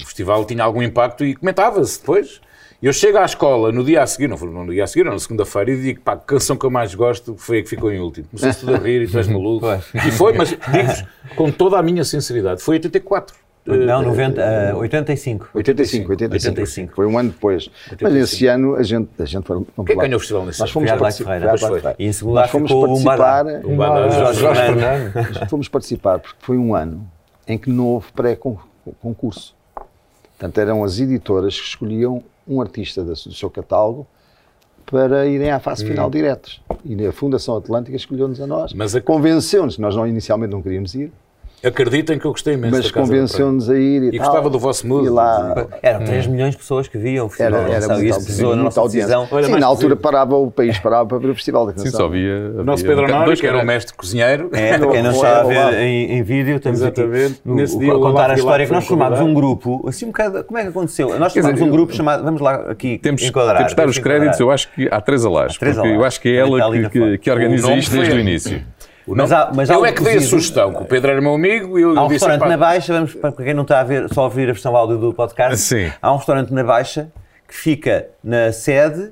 o festival tinha algum impacto e comentava-se depois. Eu chego à escola no dia a seguir, não foi no dia a seguir, não, na segunda-feira, e digo, pá, a canção que eu mais gosto foi a que ficou em último. Começou-se tudo a rir e tu és maluco. E foi, mas digo-vos com toda a minha sinceridade, foi 84. Não, 90, ah, 85. 85, 85. 85. Foi um ano depois. Mas esse ano a gente, a gente foi. Quem Quem ganhou o festival nesse Nós ano? fomos Foi a Adelaide partici- Ferreira. foi a Pois Adelaide foi. Ferreira. E em segundo Nós lugar fomos ficou o Badá. participar. Um badá. Jorge Jorge Fernandes. Nós fomos participar porque foi um ano em que não houve pré-concurso. Portanto, eram as editoras que escolhiam um artista da- do seu catálogo para irem à fase final diretos. E a Fundação Atlântica escolheu-nos a nós. Hum. Mas a- Convenceu-nos, nós não, inicialmente não queríamos ir, Acreditem que eu gostei imenso mas da Casa da convenceu-nos a ir e, E tal. gostava do vosso mood. E lá, Eram 3 milhões de pessoas que viam o era, festival. era sabe? muita Isso pesou audiência, na muita nossa audiência. decisão. Olha, Sim, mas na altura parava, o país parava para ver o Festival da Canção. Sim, só havia. O nosso havia um Pedro Honório, dois que era o canais. mestre cozinheiro. É, para quem não Ou está a é, ou lá. ver em, em vídeo, estamos Exatamente. aqui no- Nesse o- dia a o contar Olavo a Vilar história que foi nós formámos um convidado. grupo, assim um bocado, como é que aconteceu? Nós formámos dizer, um grupo chamado, vamos lá aqui Temos, enquadrar. temos de dar os enquadrar. créditos, eu acho que há três alas, três porque eu Alás. acho que é Está ela ali que, na que, foto. que organiza O nome isto desde foi o ele. início. O Mas nome- há- mas há eu um é que dei a cozido. sugestão, que o Pedro era meu amigo e eu Há um disse... restaurante "Epá, na Baixa, vamos, para para quem não está a ver, só a ouvir a versão áudio do podcast, Sim. há um restaurante na Baixa que fica na sede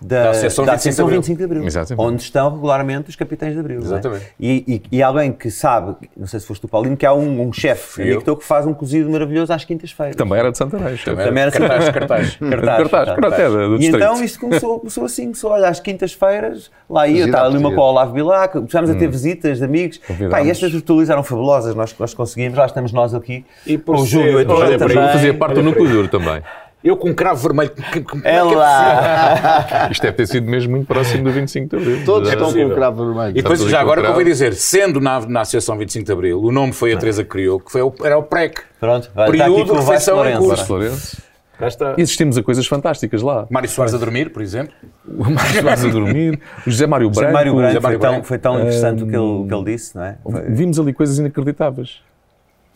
da, Da Associação 25 de Associação Abril. 25 de Abril, Exatamente. onde estão regularmente os capitães de Abril. não é? Exatamente. E, e- e alguém que sabe, não sei se foste tu, Paulino, que há um, um chefe, eu. amigo teu, que faz um cozido maravilhoso às quintas-feiras. Também era de Santarém. certo? Também era Cartaz, assim. cartaz. Cartaz, Cartaz, pronto, é do e distrito. então isto começou, começou assim, começou, olha, às quintas-feiras, lá ia, Visita estava ali uma portuguesa. com o Olavo Bilac, começámos a ter visitas de amigos. Pá, Hum. Convidámos. e estas virtualizaram eram fabulosas, nós, nós conseguimos, lá estamos nós aqui, E por com o ser- Júlio Edmond olha, Olha, para também. aí, eu fazia parte do núcleo duro também. Eu com um cravo vermelho. Que, que, como é que é Ela! Isto deve ter sido mesmo muito próximo do 25 de Abril. Todos Era estão com possível. o cravo vermelho. E depois, tudo já agora, encontrado. convém dizer, sendo na, na Associação 25 de Abril, o nome foi a Teresa que criou, que foi, o- era o PREC. Pronto, vai, está aqui Período com o de Vasco refeição em Lourenço. Vasco Lourenço. Cá está. E assistimos a coisas fantásticas lá. Mário Soares a dormir, por exemplo. O Mário Soares a dormir, o José Mário José Branco. Mário José Mário Branco foi tão, Branco. foi tão interessante o, que ele, o que ele disse, não é? Foi- Vimos ali coisas inacreditáveis.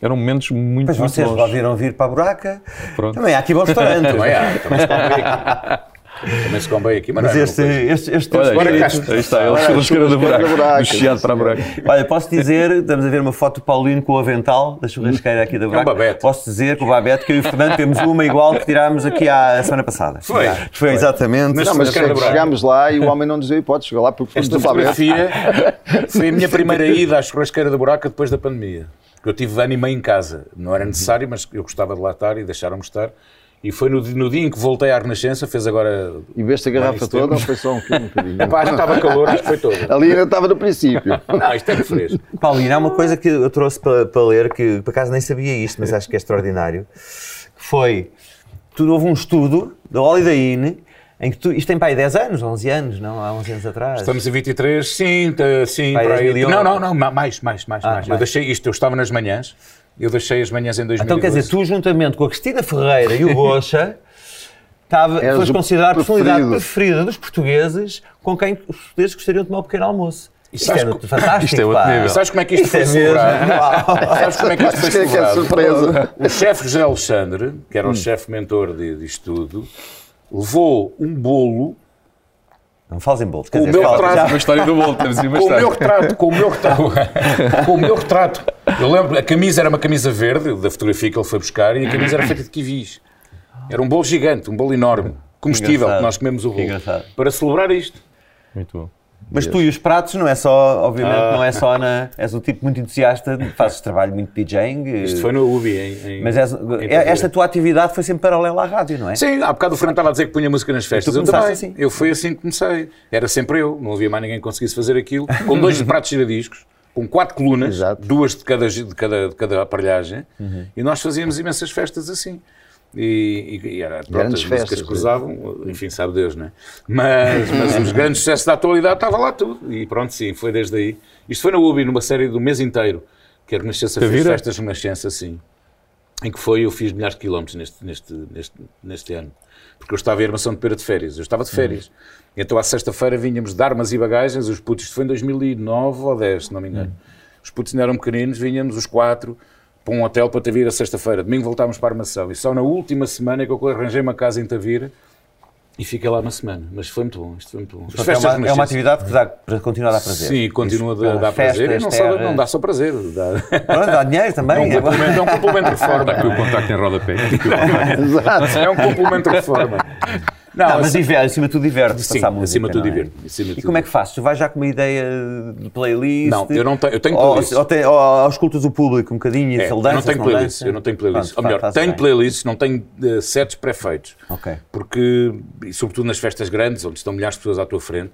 Eram momentos muito, Mas muito vocês bons. resolveram vir para a buraca. Pronto. Também há aqui bons restaurantes. Também há, também se come bem aqui. Também se come bem aqui, mas, Mas não é a este, mesma coisa. este, este Olha, Bora aí, cá. aí está, ele chegou chegou da da buraca, buraca. do chiado para a buraca. Olha, posso dizer, estamos a ver uma foto do Paulino com o avental da churrasqueira aqui da Braga. É um Babete. posso dizer que o Babete, que eu e o Fernando temos uma igual que tirámos aqui à a semana passada. Foi. Já, Foi, exatamente. Mas Não, mas Senhora Braga. chegámos lá e o homem não nos deu hipótese. Chegou lá porque um fomos Esta do Flamengo. fotografia foi a minha primeira ida à churrasqueira da buraca depois da pandemia. Eu tive ano e meio em casa. Não era necessário, mas eu gostava de lá estar e deixaram-me estar. E foi no, di- no dia em que voltei à Renascença, fez agora. E veste a Não, garrafa isto toda é- ou foi só um bocadinho? Um bocadinho? Pá, estava calor, acho que foi todo. Ali ainda estava no princípio. Não, isto é que fresco. Paulino, há uma coisa que eu trouxe para, para ler, que por acaso nem sabia isto, mas acho que é extraordinário. que Foi, tudo houve um estudo da Holiday Inn, em que tu, isto tem para aí 10 anos, 11 anos, não? Há 11 anos atrás. Estamos em 23, sim, tá, sim, Vai, para aí. 2011. Não, não, não, ma- mais, mais, mais, mais. Eu mais. deixei isto, eu estava nas manhãs, eu deixei as manhãs em 2012. Então quer dizer, tu juntamente com a Cristina Ferreira e o Rocha, tava, Eras foste o considerado a personalidade preferido. preferida dos portugueses com quem os portugueses gostariam de tomar um pequeno almoço. Isto sabes é co- fantástico, isto é outro pá. nível. Sabes como é que isto Isto foi é mesmo. celebrado? Sabes como é que isto foi Acho que é celebrado? surpresa. O chefe José Alexandre, que Hum. era o chefe mentor de- disto tudo, levou um bolo Não fazem bolos, quer O dizer, meu fala- trago- já- Uma história do bolo, temos aí uma com o história. meu retrato, com o meu retrato, com o meu retrato. Eu lembro, a camisa era uma camisa verde, da fotografia que ele foi buscar, e a camisa era feita de kiwis. Era um bolo gigante, um bolo enorme, comestível, Engraçado. que nós comemos o Que bolo. engraçado. Para celebrar isto. Muito bom. Mas tu e os pratos não é só, obviamente, não é só na... És um tipo muito entusiasta, fazes trabalho muito DJing. Isto eh, foi no UBI. Em, em- Mas és- é- em esta tua atividade foi sempre paralela à rádio, não é? Sim, há bocado o Fernando estava a dizer que punha música nas festas. tu Eu começaste também. assim? Eu fui assim que comecei. Era sempre eu. Não havia mais ninguém que conseguisse fazer aquilo. Com dois pratos giradiscos, com quatro colunas, Exato. duas de cada, gi- de cada, de cada aparelhagem. E nós fazíamos imensas festas assim. E, e, e era, pronto, Grandes as músicas festas, cruzavam, enfim, sabe Deus, não é? Mas, mas os grandes sucessos da atualidade estava lá tudo. E pronto, sim, foi desde aí. Isto foi na UBI, numa série do mês inteiro, que a Renascença fez vira? festas Renascença, sim em que foi eu fiz milhares de quilómetros neste, neste, neste, neste ano, porque eu estava em armação de pera de férias, eu estava de férias. Uhum. Então à sexta-feira vinhamos de armas e bagagens, os putos, isto foi em 2009 ou 10, se não me engano. Uhum. Os putos ainda eram pequeninos, vinhamos os quatro para um hotel para Tavira sexta-feira, domingo voltávamos para a armação. E só na última semana é que eu arranjei uma casa em Tavira e fiquei lá uma semana, mas foi muito bom, isto foi muito bom. As Portanto, festas é, uma, é uma renascentes. atividade que dá, para continuar a dar prazer. Sim, continua Isso, a dar festas, prazer, e não, só- terras. não dá só prazer, dá, Pronto, dá dinheiro é um também. complemento, é um complemento de forma. Está aqui não o é? contacto em rodapé. Exato. É um complemento de reforma. Não, Não, mas assim- diverte, acima de tudo diverte sim, passar música. acima de tudo não é? diverte. Acima de E como é que fazes? Tu vais já com uma ideia de playlist? Não, eu não tenho- eu tenho Ou- playlist. Ou, te- ou escutas o público um bocadinho e É, se ele eu dança, não se tenho playlists, dança? eu não tenho playlists. Pronto, Ou melhor, faz- tenho faz bem. playlists, não tenho eh, sets pré-feitos. Ok. Porque, e sobretudo nas festas grandes, onde estão milhares de pessoas à tua frente,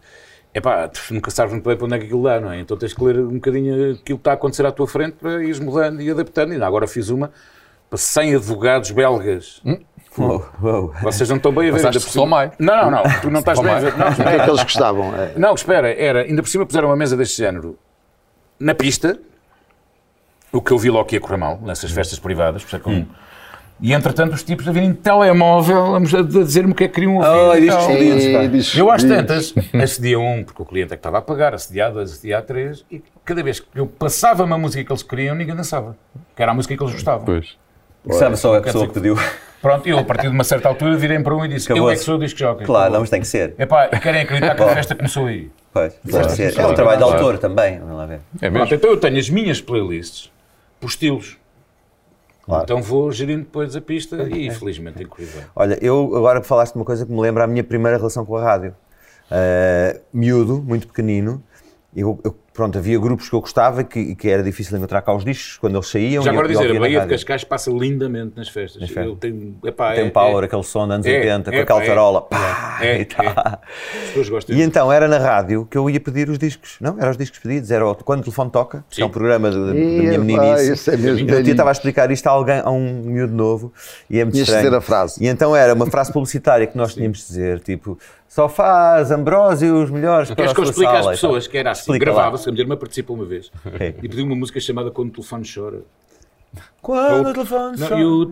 é pá, nunca sabes muito bem para onde é que aquilo dá, não é? Então tens que ler um bocadinho aquilo que está a acontecer à tua frente para ires mudando e adaptando. E ainda agora fiz uma para 100 advogados belgas. Hum? Uou, uou. Vocês não estão bem a ver. Mas ainda acho por que cima- só mai. Não, não, não, tu não estás Só bem a mai. ver. Não, O que é que eles gostavam? É. Não, espera, era, ainda por cima puseram uma mesa deste género na pista, o que eu vi logo que ia correr mal, nessas Hum. festas privadas, por ser com... E entretanto os tipos a virem de telemóvel a mos- a dizer-me o que é que queriam Oh, ouvir. e diz que tal. sim. E é, diz- Eu às diz- tantas, acedia um, porque o cliente é que estava a pagar, acedia a dois, acedia a três, e cada vez que eu passava uma música que eles queriam, ninguém dançava, que era a música que eles gostavam. Pois. Sabe só a pessoa que pediu. Pronto, eu a partir de uma certa altura virei para um e disse, eu é que sou o disco jockey. Claro, não, mas tem que ser. Epá, querem acreditar que a festa começou aí. Pois, tem que ser. É um Claro, trabalho de claro. autor também, vamos lá ver. É Pronto, mesmo. então eu tenho as minhas playlists por estilos. Claro. Então vou gerindo depois a pista é. e felizmente incrível. Olha, eu agora que falaste de uma coisa que me lembra a minha primeira relação com a rádio. Ah, miúdo, muito pequenino. Eu, eu- pronto, havia grupos que eu gostava que, que era difícil encontrar cá os discos quando eles saíam. Já e eu- agora eu dizer, ouvia a na Baía de rádio. Cascais passa lindamente nas festas. Eu tenho, epá, Tem é- um power, é- aquele som dos anos é, 80, com é, aquela pá, é. tarola. pá, É, e é. tal. As pessoas gostam E disso. então era na rádio que eu ia pedir os discos. Não, eram os discos pedidos, era o- quando o telefone toca, que é um Sim. programa de- de- da minha Ih, pá, meninice. isso é mesmo Eu velhinho. estava a explicar isto a alguém, a um miúdo novo, e é muito Tinhas de estranho. dizer a frase. E então era uma frase publicitária que nós tínhamos de dizer, tipo, só faz Ambrósio os melhores para Queres a que eu sua explique às sala", e tal. pessoas que era assim? Explica lá. Gravava-se, a minha irmã participou uma vez É. e pediu uma música chamada Quando o Telefone Chora. Quando o telefone Não, e o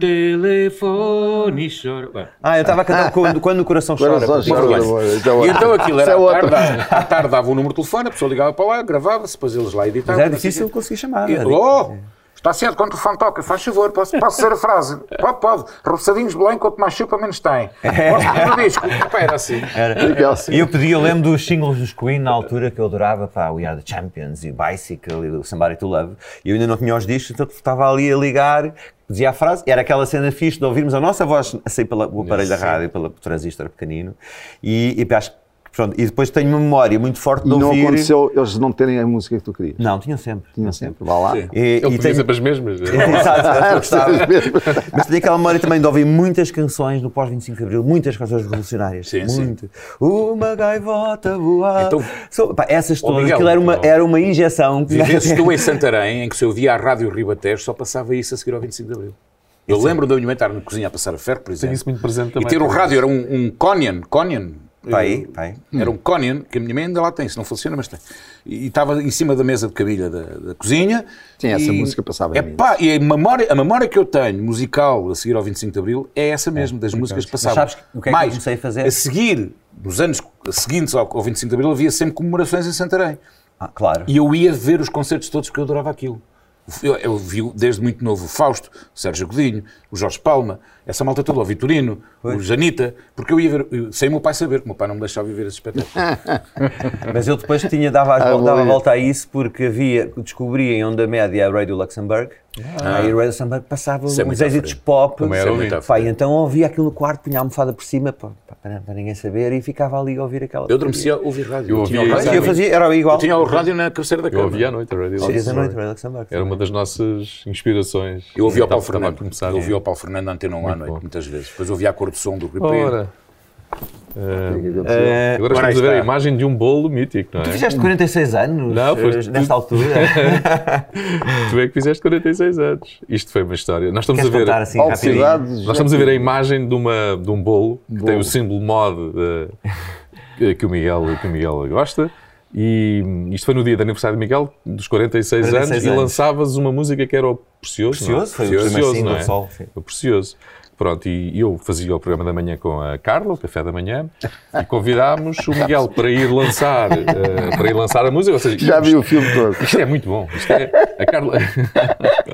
telefone chora. Bem, Ah, eu estava a cantar quando, quando o coração chora. é Coração Muito chora. bem. Olha, olha, então, e então aquilo era isso é à tarde, à tarde dava o número de telefone, a pessoa ligava para lá, gravava-se, depois eles lá editavam. Mas é era não sei difícil o quê. conseguir chamar. E, né? era oh, está certo, quando o telefone toca, faz favor, posso, posso ser a frase. Pode, pode. Repousadinhos de Belém, quanto mais chupa, menos tem. Posso pedir o disco? Epá, era assim. Aquela- E eu pedi, eu lembro dos singles dos Queen na altura que eu adorava, pá, We Are the Champions e o Bicycle e o Somebody to Love. E eu ainda não tinha os discos, então estava ali a ligar, dizia a frase, e era aquela cena fixe de ouvirmos a nossa voz a sair pelo aparelho da rádio, pelo transistor pequenino. E, e acho que, pronto, e depois tenho uma memória muito forte E de não ouvir. aconteceu eles não terem a música que tu querias. Não, tinham sempre. Tinha sempre. Vá lá. É, E, Ele e podia tenho- sempre as mesmas. Exato, exato, eu gostava. Vocês mesmo. Mas tenho aquela memória também de ouvir muitas canções no pós-25 de Abril, muitas canções revolucionárias. Sim, sim. muito. Uma gaivota voar. Então- So- pá, essas Oh, todas, Miguel, aquilo era uma, então- era uma injeção. que- Vivesse tu em Santarém, em que se ouvia a Rádio Ribatejo, só passava isso a seguir ao 25 de Abril. Eu lembro de eu estar na cozinha a passar a ferro, por exemplo. Tenho isso muito presente E também. ter o rádio, era um, um Conian, Conian. Tá aí, tá aí. Hum. Era um Conian, que a minha mãe ainda lá tem, se não funciona, mas tem. E e estava em cima da mesa de cabilha da, da cozinha. Sim, e- essa música passava em Epá, e a memória, a memória que eu tenho, musical, a seguir ao 25 de Abril, é essa mesmo, das músicas que passavam. sabes o que é que eu Mais, comecei a fazer? A seguir, nos anos seguintes ao, ao 25 de Abril, havia sempre comemorações em Santarém. Ah, claro. E eu ia ver os concertos todos porque eu adorava aquilo. Eu, eu vi desde muito novo o Fausto, o Sérgio Godinho, o Jorge Palma, essa malta toda, o Vitorino, o Janita, porque eu ia ver, eu- sem o meu pai saber, que o meu pai não me deixava viver esse espetáculo. Mas eu depois tinha, dava, as Ah, vol- vou dava a ver. volta a isso porque havia, descobri em onda média a Radio Luxemburg. Aí a Radio Luxemburg passava Ah. Isso é uns muito à êxitos frente. pop. Também era Pá, ouvido. e então ouvia aquilo no quarto, punha a almofada por cima pá, pá, para, para ninguém saber e ficava ali a ouvir aquela. Eu adormecia a ouvir rádio. Eu tinha ouvia o Mas isso. rádio, eu fazia, era eu igual. tinha o rádio na cabeceira da Eu cama. ouvia à noite é a Radio é Seis da noite, Luxemburgo. Radio Luxemburg. Era uma das nossas inspirações. Eu ouvi ao Paulo Estava a Fernando. começar, eu é. ouvi ao Paulo Fernando na antena 1 à noite, bom. muitas vezes. Depois ouvia a cor do som do Rui Pedro. Ora. é Ah, agora Ora, aí estamos a ver está. a imagem de um bolo mítico, não é? Tu Eh, fizeste 46 anos Não, eh, foste- nesta altura? Tu é que fizeste 46 anos. Isto foi uma história. Nós estamos Queres a ver. contar assim Paulo rapidinho? Cidade. Nós estamos a ver a imagem de, uma, de um bolo que tem o símbolo mod eh, que, que o Miguel, que o Miguel gosta. E hum, isto foi no dia do aniversário do Miguel, dos 46, 46 anos, e anos. lançavas uma música que era o Precioso. não é? Precioso, foi o primeiro Precioso, single não é? solo, sim. O Precioso. Pronto, e eu fazia o programa da manhã com a Carla, o café da manhã, e convidámos o Miguel para ir lançar, eh, para ir lançar a música. Ou seja, Já íamos vi o filme todo. isto é muito bom. Isto é, a Carla...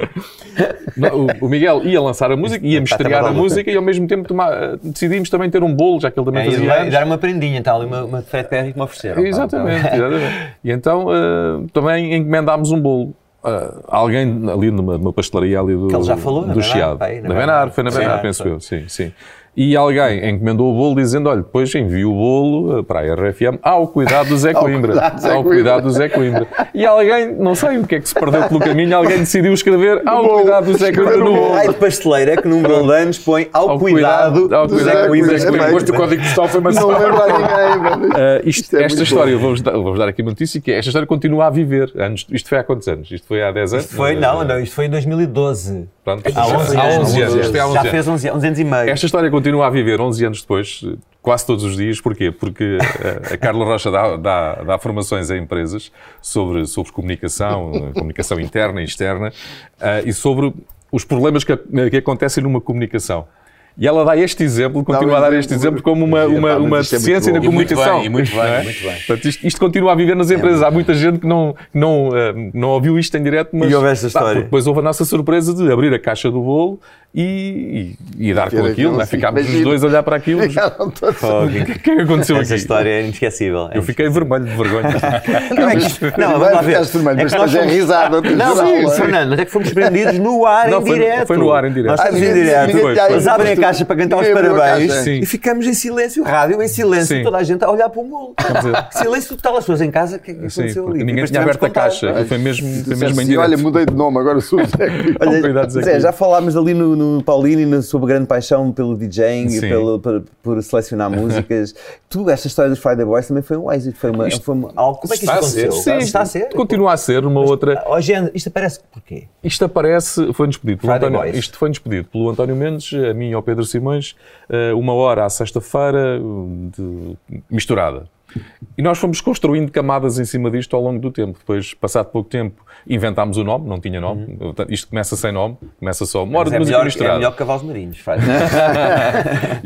Não, o- o Miguel ia lançar a música, ia estrear a música e ao mesmo tempo toma- decidimos também ter um bolo, já que ele também É, e fazia dar- anos. dar uma prendinha, então, ali uma, uma Fred Perry que me ofereceram. pá, Exatamente, exatamente. E então ah, também encomendámos um bolo. Ah, alguém ali numa, numa pastelaria ali do, ele já falou, na do Benar, Chiado. pá, aí, na na Benar. Benar, foi na Sim, Benar, sim. penso eu, sim, sim. E alguém encomendou o bolo dizendo, olha, depois envio o bolo ah, para a RFM ao cuidado do Zé Coimbra. cuidado do Zé Ao cuidado do Zé Coimbra. E alguém, não sei o que é que se perdeu pelo caminho, alguém decidiu escrever ao cuidado do Zé Coimbra no O então. bolo. raio de pasteleira que num bolo de anos põe ao, Ao cuidado, cuidado- ao do cuidado Zé do Coimbra. Zé Coimbra. Depois do código postal foi uma Não lembro a ninguém, mano. Ah, isto- Isto é esta muito história, vou-vos dar, vou-vos dar aqui uma notícia, que é, esta história continua a viver. Anos, isto foi há quantos anos? Isto foi há 10 anos? Foi, não, não, isto foi em 2012. Pronto. Há 11 anos. anos. Isto é há 11 Já anos. fez 11 anos, 11 anos e meio. Esta história continua a viver 11 anos depois, quase todos os dias. Porquê? Porque eh, a Carla Rocha dá, dá- dá formações a empresas sobre, sobre comunicação, eh, comunicação interna e externa, eh, e sobre os problemas que, a- que acontecem numa comunicação. E ela dá este exemplo, continua um a dar este exemplo como uma, uma, mas uma isto é muito deficiência na bom. E muito comunicação. bem, e muito bem, não é? e muito bem. Portanto, isto, isto continua a viver É nas empresas. Há muita gente que não, não, eh, não ouviu isto em direto, mas E ouve esta pá, história. depois houve a nossa surpresa de abrir a caixa do bolo e, e- e dar é com Era aquilo, aquilo, né? sim, ficámos os imagino. dois a olhar para aquilo. mas Ficaram todos- O que é que aconteceu Essa aqui? história é inesquecível. Eu fiquei vermelho de vergonha. Não, é que isto- não, vamos lá Vai ver. ficar vermelho, É mas que nós depois é fomos- risada. Não, Sim, não, sim. Fernando, mas é que fomos prendidos no ar, Não, em foi- direto. foi no ar, em direto. Nós estamos em Ninguém- direto. ninguém Foi, te abre Eles abrem a isto. caixa para cantar os Ninguém abriu a parabéns caixa. Sim. e ficamos em silêncio, rádio em silêncio, Sim. toda a gente a olhar para o mundo. Silêncio total, as pessoas em casa, o que é que Sim, aconteceu porque ali? ninguém Depois tinha tivemos aberto a que contar. caixa. Foi mesmo, foi assim, mesmo em Sim, Olha, direto. mudei de nome, agora sou o Zé. Olha, cuidado, Zé Zé, Coimbra. já falámos ali no, no Paulino e na sua grande paixão pelo DJing e Sim. pelo, por, por selecionar músicas. tu, esta história dos Friday Boys também foi um êxito, foi, uma, foi uma, algo. Como é que isto Está a ser, aconteceu? Sim, está a ser. Continua a ser uma outra. Hoje é- isto aparece porquê? Isto aparece, foi-nos pedido pelo Friday António, Boys. isto foi-nos pedido pelo António Mendes, a mim e ao Pedro Simões, eh, uma hora à sexta-feira, hum, de- eh, misturada. E nós fomos construindo camadas em cima disto ao longo do tempo. Depois, passado pouco tempo, inventámos o nome, não tinha nome. Portanto, Isto começa sem nome, começa só uma hora Uhum. Mas de é, música melhor, é misturada. melhor que cavalos marinhos, faz.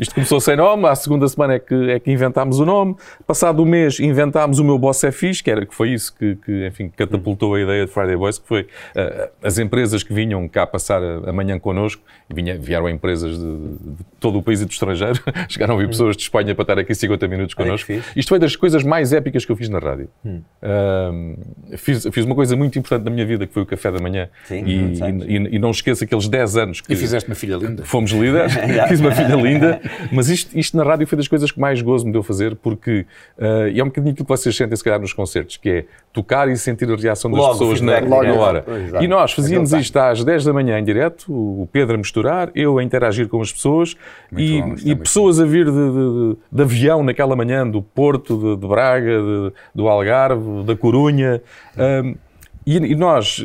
Isto começou sem nome, à segunda semana é que, é que inventámos o nome. Passado o mês inventámos o meu Boss é Fixe, que, era, que foi isso que, que, enfim, catapultou a ideia de Friday Boys, que foi ah, as empresas que vinham cá passar a, a manhã connosco, vinha, vieram empresas de, de todo o país e do estrangeiro, chegaram a vir pessoas de Espanha para estar aqui 50 minutos que connosco. fixe. Hum. Isto foi das coisas mais épicas que eu fiz na rádio. Ah, fiz, fiz uma coisa muito importante na minha vida, que foi o café da manhã. Sim, e, sabes. e- e- e não esqueço aqueles 10 anos que... E fizeste uma filha linda. Fomos líderes, fiz uma filha linda, mas isto, isto na rádio foi das coisas que mais gozo me deu fazer, porque eh, e é um bocadinho aquilo que vocês sentem, se calhar, nos concertos, que é tocar e sentir a reação das Logo, pessoas na, feedback na direto. hora. Exato. E nós Então fazíamos tá. Aquele isto às 10 da manhã em direto, o Pedro a misturar, eu a interagir com as pessoas e, bom, isto é e muito pessoas a vir de, de- de- de avião naquela manhã do Porto, de, de Braga, de- do Algarve, da Corunha. Ahm, e- e nós,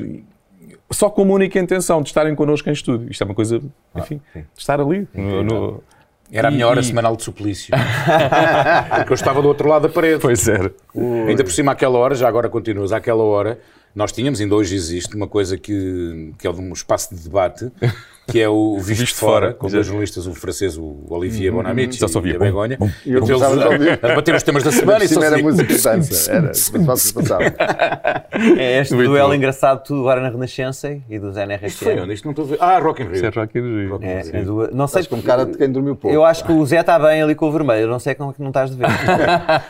só com uma única intenção de estarem connosco em estúdio. Isto é uma coisa, Ah, enfim, de estar ali. No, no... Era a minha hora E- semanal de suplício. Porque eu estava do outro lado da parede. Pois era. Ainda por cima, àquela hora, já agora continuas, àquela hora, nós tínhamos, ainda hoje existe, uma coisa que, que é um espaço de debate, que é o Visto, de Visto Fora, Fora, com já. dois jornalistas, o francês, o Olivier Bonamici Só se ouvia e a bum, Begonha. E então E eu eles gostava de ouvir. a debater os temas da semana Ainda e só por cima se era dizia, música e dança. Era muito fácil passar. É este Muito duelo bom. engraçado tudo agora na Renascença e dos Isto foi NRFM. onde? Isto não estou a ver. Ah, Rock in Rio. Isso é Rock in Rio. É, é do- não sei Estás com um cara de quem dormiu pouco. Eu acho que o Zé está bem ali com o vermelho, não sei como é que não estás de ver.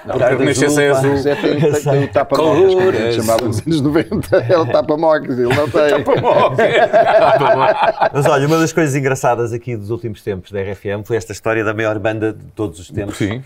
não, Porque Renascença é azul. Zé tem, tem, tem é o tapa-mocas, como Cores. eles chamavam nos anos 90. É o tapa-mocas, ele não tem. Mas olha, uma das coisas engraçadas aqui dos últimos tempos da RFM foi esta história da maior banda de todos os tempos. Sim.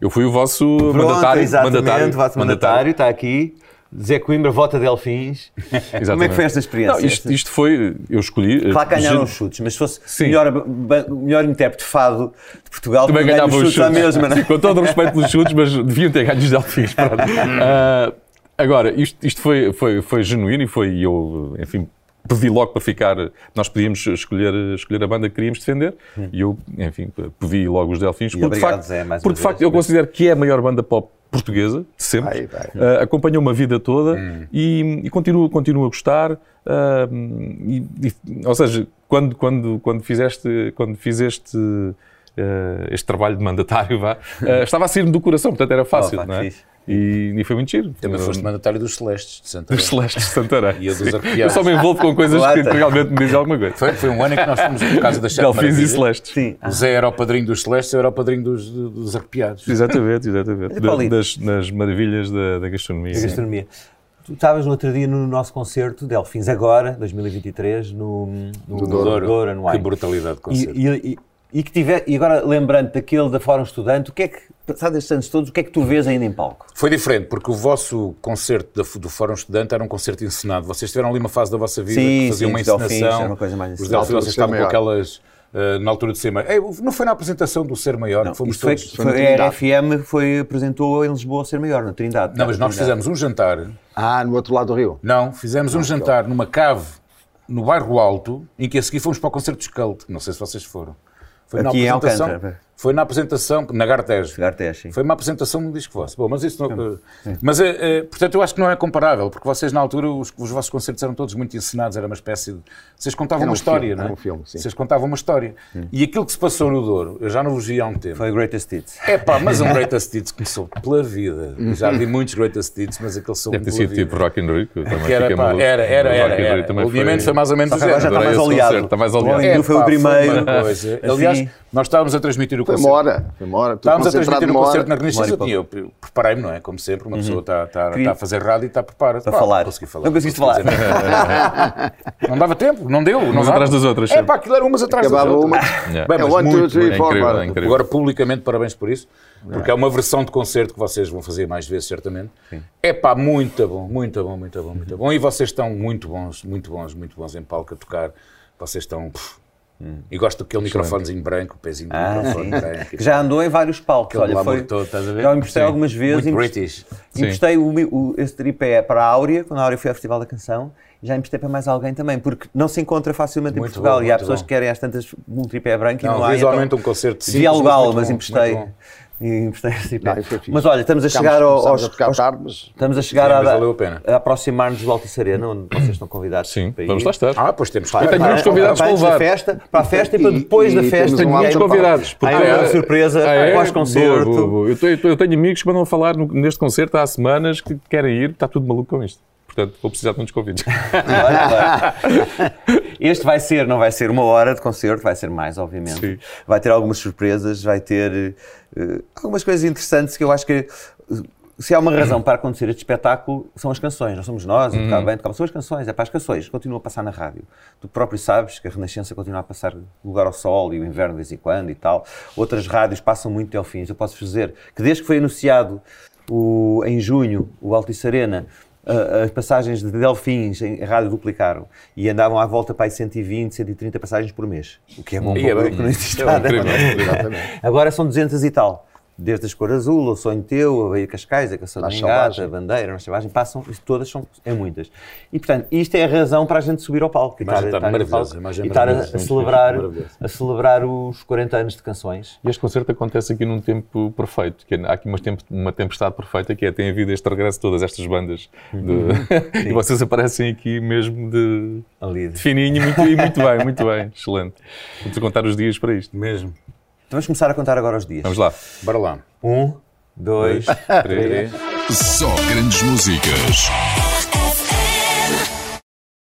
Eu fui o vosso Pronto, mandatário. exatamente, mandatário, vosso mandatário, está aqui. Zé Coimbra vota Delfins. Como é que Exatamente. foi esta experiência? Não, isto, isto foi, eu escolhi. Claro que eh, ganharam gen- os chutes, mas se fosse Sim. melhor, ba- melhor intérprete de fado de Portugal, Também ganha ganhavam os à chutes. mesma, não é? Sim, com todo o respeito pelos chutes, mas deviam ter ganho os delfins. pronto. Ah, agora, isto, isto foi, foi, foi genuíno e foi e eu, enfim, pedi logo para ficar. Nós podíamos escolher, escolher a banda que queríamos defender e eu, enfim, pedi logo os delfins. porque Hum. obrigado, de facto, Zé, mais uma porque de vez. facto eu considero que é a maior banda pop portuguesa de Vai, sempre. vai. Ah, acompanhou-me a vida toda e, e continuo, continuo a gostar. ah, e- e- ou seja, quando, quando, quando fizeste, quando fiz este, ah, este trabalho de mandatário, vá, ah, estava a sair-me do coração, portanto era fácil, Opa, não é? fixe. E, e foi muito giro. Também Eu- foste mandatário dos Celestes de Santa dos Celestes de Santarém. E a dos Sim. arrepiados. Eu só me envolvo com coisas que, Lata. que realmente me dizem alguma coisa. Foi, foi um ano em que nós fomos por causa da Chapa Delfins e Celestes. Sim. O Zé era o padrinho dos Celestes, eu era o padrinho dos, dos arrepiados. Exatamente, exatamente. E Paulito? das, das maravilhas da, da gastronomia. da gastronomia. Tu estavas no outro dia no nosso concerto, Delfins Agora, 2023, no, no, no Douro. Douro and Que Wine. brutalidade de E, concerto. e, e- e que tiver, e agora lembrando daquele da Fórum Estudante, o que é que, passado estes anos todos, o que é que tu vês ainda em palco? Foi diferente, porque o vosso concerto da- do Fórum Estudante era um concerto encenado. Vocês tiveram ali uma fase da vossa vida Sim, que faziam sim, uma os Delfins, encenação. era uma coisa mais os Delfins, encenada. Na altura vocês do Ser estavam com Maior. aquelas. eh, na altura do ser maior. Ei, não foi na apresentação do ser maior que fomos Isso foi, todos. foi a RFM foi, apresentou em Lisboa a ser maior, na Trindade. Não, mas nós fizemos um jantar. Ah, no outro lado do rio. Não, fizemos Ah, um jantar numa cave no bairro Alto, em que a seguir fomos para o concerto dos Cult. Não sei se vocês foram. Foi Aqui em apresentação. Alcântara. Foi na apresentação, na Gartejo. Garteche. Foi uma apresentação de um disco vosso. Bom, mas isso não. Mas, eh, eh, portanto, eu acho que não é comparável, porque vocês, na altura, os, os vossos concertos eram todos muito ensinados, era uma espécie de. Vocês contavam Era um uma história, filme, não é? era um filme, sim. Vocês contavam uma história. E aquilo que se passou no Douro, eu já não vos vi há um tempo. Foi o Greatest Hits. É pá, mas um Greatest Hits começou pela vida. Eu Já vi muitos Greatest Hits, mas aquele soube Deve ter pela sido vida. tipo Rock in Rio, que eu também Que era, fiquei pá, maluco. era, era, Rock in era, Rio era. também O Obviamente foi... foi mais ou menos o agora já género. está mais Adorei esse oleado. concerto, tá Está mais O oleado. Homem do foi o É pá, primeiro. uma coisa. Assim. Aliás, nós estávamos a transmitir o Foi concerto. uma hora. Foi uma hora. tudo Estávamos a concentrado transmitir um numa concerto na hora. Renascença. Uma hora e Eu, eu preparei-me, não é? Como sempre, uma pessoa está, está, Uhum. Queria- está a fazer rádio e está preparada. Para falar. Consegui falar. Não conseguiste Consegui falar. dizer nada. não dava tempo, não deu. não Umas dava. atrás das outras, É sempre. pá, aquilo era umas atrás Acabava das uma. outras. Yeah. Bem, É mas one, two, muito three, bem, four, incrível, é agora. incrível. Agora, publicamente, parabéns por isso, porque é uma versão de concerto que vocês vão fazer mais vezes, certamente. É pá, muito bom, muito bom, muito bom, muito bom. E vocês estão muito bons, muito bons, muito bons em palco a tocar. Vocês estão. pff, E gosto daquele microfonezinho branco, o pezinho do Hum. Ah, microfone sim. branco. Que já andou em vários palcos. Aquele Olha, glamour foi, todo, estás a ver? Já o emprestei Sim. algumas vezes. Muito emprestei- British. Sim. Emprestei o, mi- o, esse tripé para a Áurea, quando a Áurea foi ao Festival da Canção, e já emprestei para mais alguém também, porque não se encontra facilmente em Muito Portugal bom, e há muito pessoas bom. que querem às tantas um tripé branco e Não, não há. visualmente um concerto simples, Vi alugá-lo, muito mas bom, emprestei. muito bom. E emprestei-lhes Não, iPad. isso é fixe. mas olha, estamos a Ficámos- chegar ao- começámos aos, a tocar aos- tarde, mas Estamos a chegar Sim, mas a, valeu a pena. a aproximar-nos do Altice Arena, onde vocês estão convidados Sim, para ir. vamos lá estar. Ah, pois temos. Eu tenho Para- muitos convidados para antes da levar. festa, para a festa e para E- depois e da temos festa. um e lado aí- Muitos Então, convidados. Há porque- uma surpresa Ah, é? pós-concerto. Boa, boa, boa. Eu, tenho- eu tenho amigos que mandam falar no- neste concerto há semanas que querem ir, está tudo maluco com isto. Portanto, vou precisar de muitos convites. Olha, agora. este vai ser, não vai ser uma hora de concerto, vai ser mais, obviamente. Sim. Vai ter algumas surpresas, vai ter eh, algumas coisas interessantes que eu acho que eh, se há uma razão para acontecer este espetáculo, são as canções. Não somos nós, uhum. bem, tocava, são as canções, é para as canções. Continua a passar na rádio. Tu próprio sabes que a Renascença continua a passar lugar ao sol e o inverno de vez em quando e tal. Outras rádios passam muito até ao fim. Eu posso dizer que desde que foi anunciado o- em junho o Altice Arena, a- Ah, as passagens de Delfins em a rádio duplicaram e andavam à volta para aí 120, 130 passagens por mês. O que é bom E para é o bem. grupo, não existe É nada. incrível. Exatamente. Agora são 200 e tal. Desde a Cor Azul, O Sonho Teu, A Bahia Cascais, A Caçada Mais de Engata, Selvagem. A Bandeira, a Selvagem, passam, isso todas são, é muitas. E portanto, isto é a razão para a gente subir ao palco. e Imagem estar- está estar no maravilhosa, palco, imagem E estar a, maravilhosa, a sim, celebrar, maravilhosa. a celebrar os 40 anos de canções. E este concerto acontece aqui num tempo perfeito, que é- há aqui umas temp- uma tempestade perfeita que é, tem havido este regresso de todas estas bandas. de- Uhum. e vocês aparecem aqui mesmo de, Ali. de fininho e muito, e muito bem, muito bem, excelente. Vamos contar os dias para isto. Mesmo. Então Vamos começar a contar agora os dias. Vamos lá. Bora lá. Um, dois, Três. Só grandes músicas.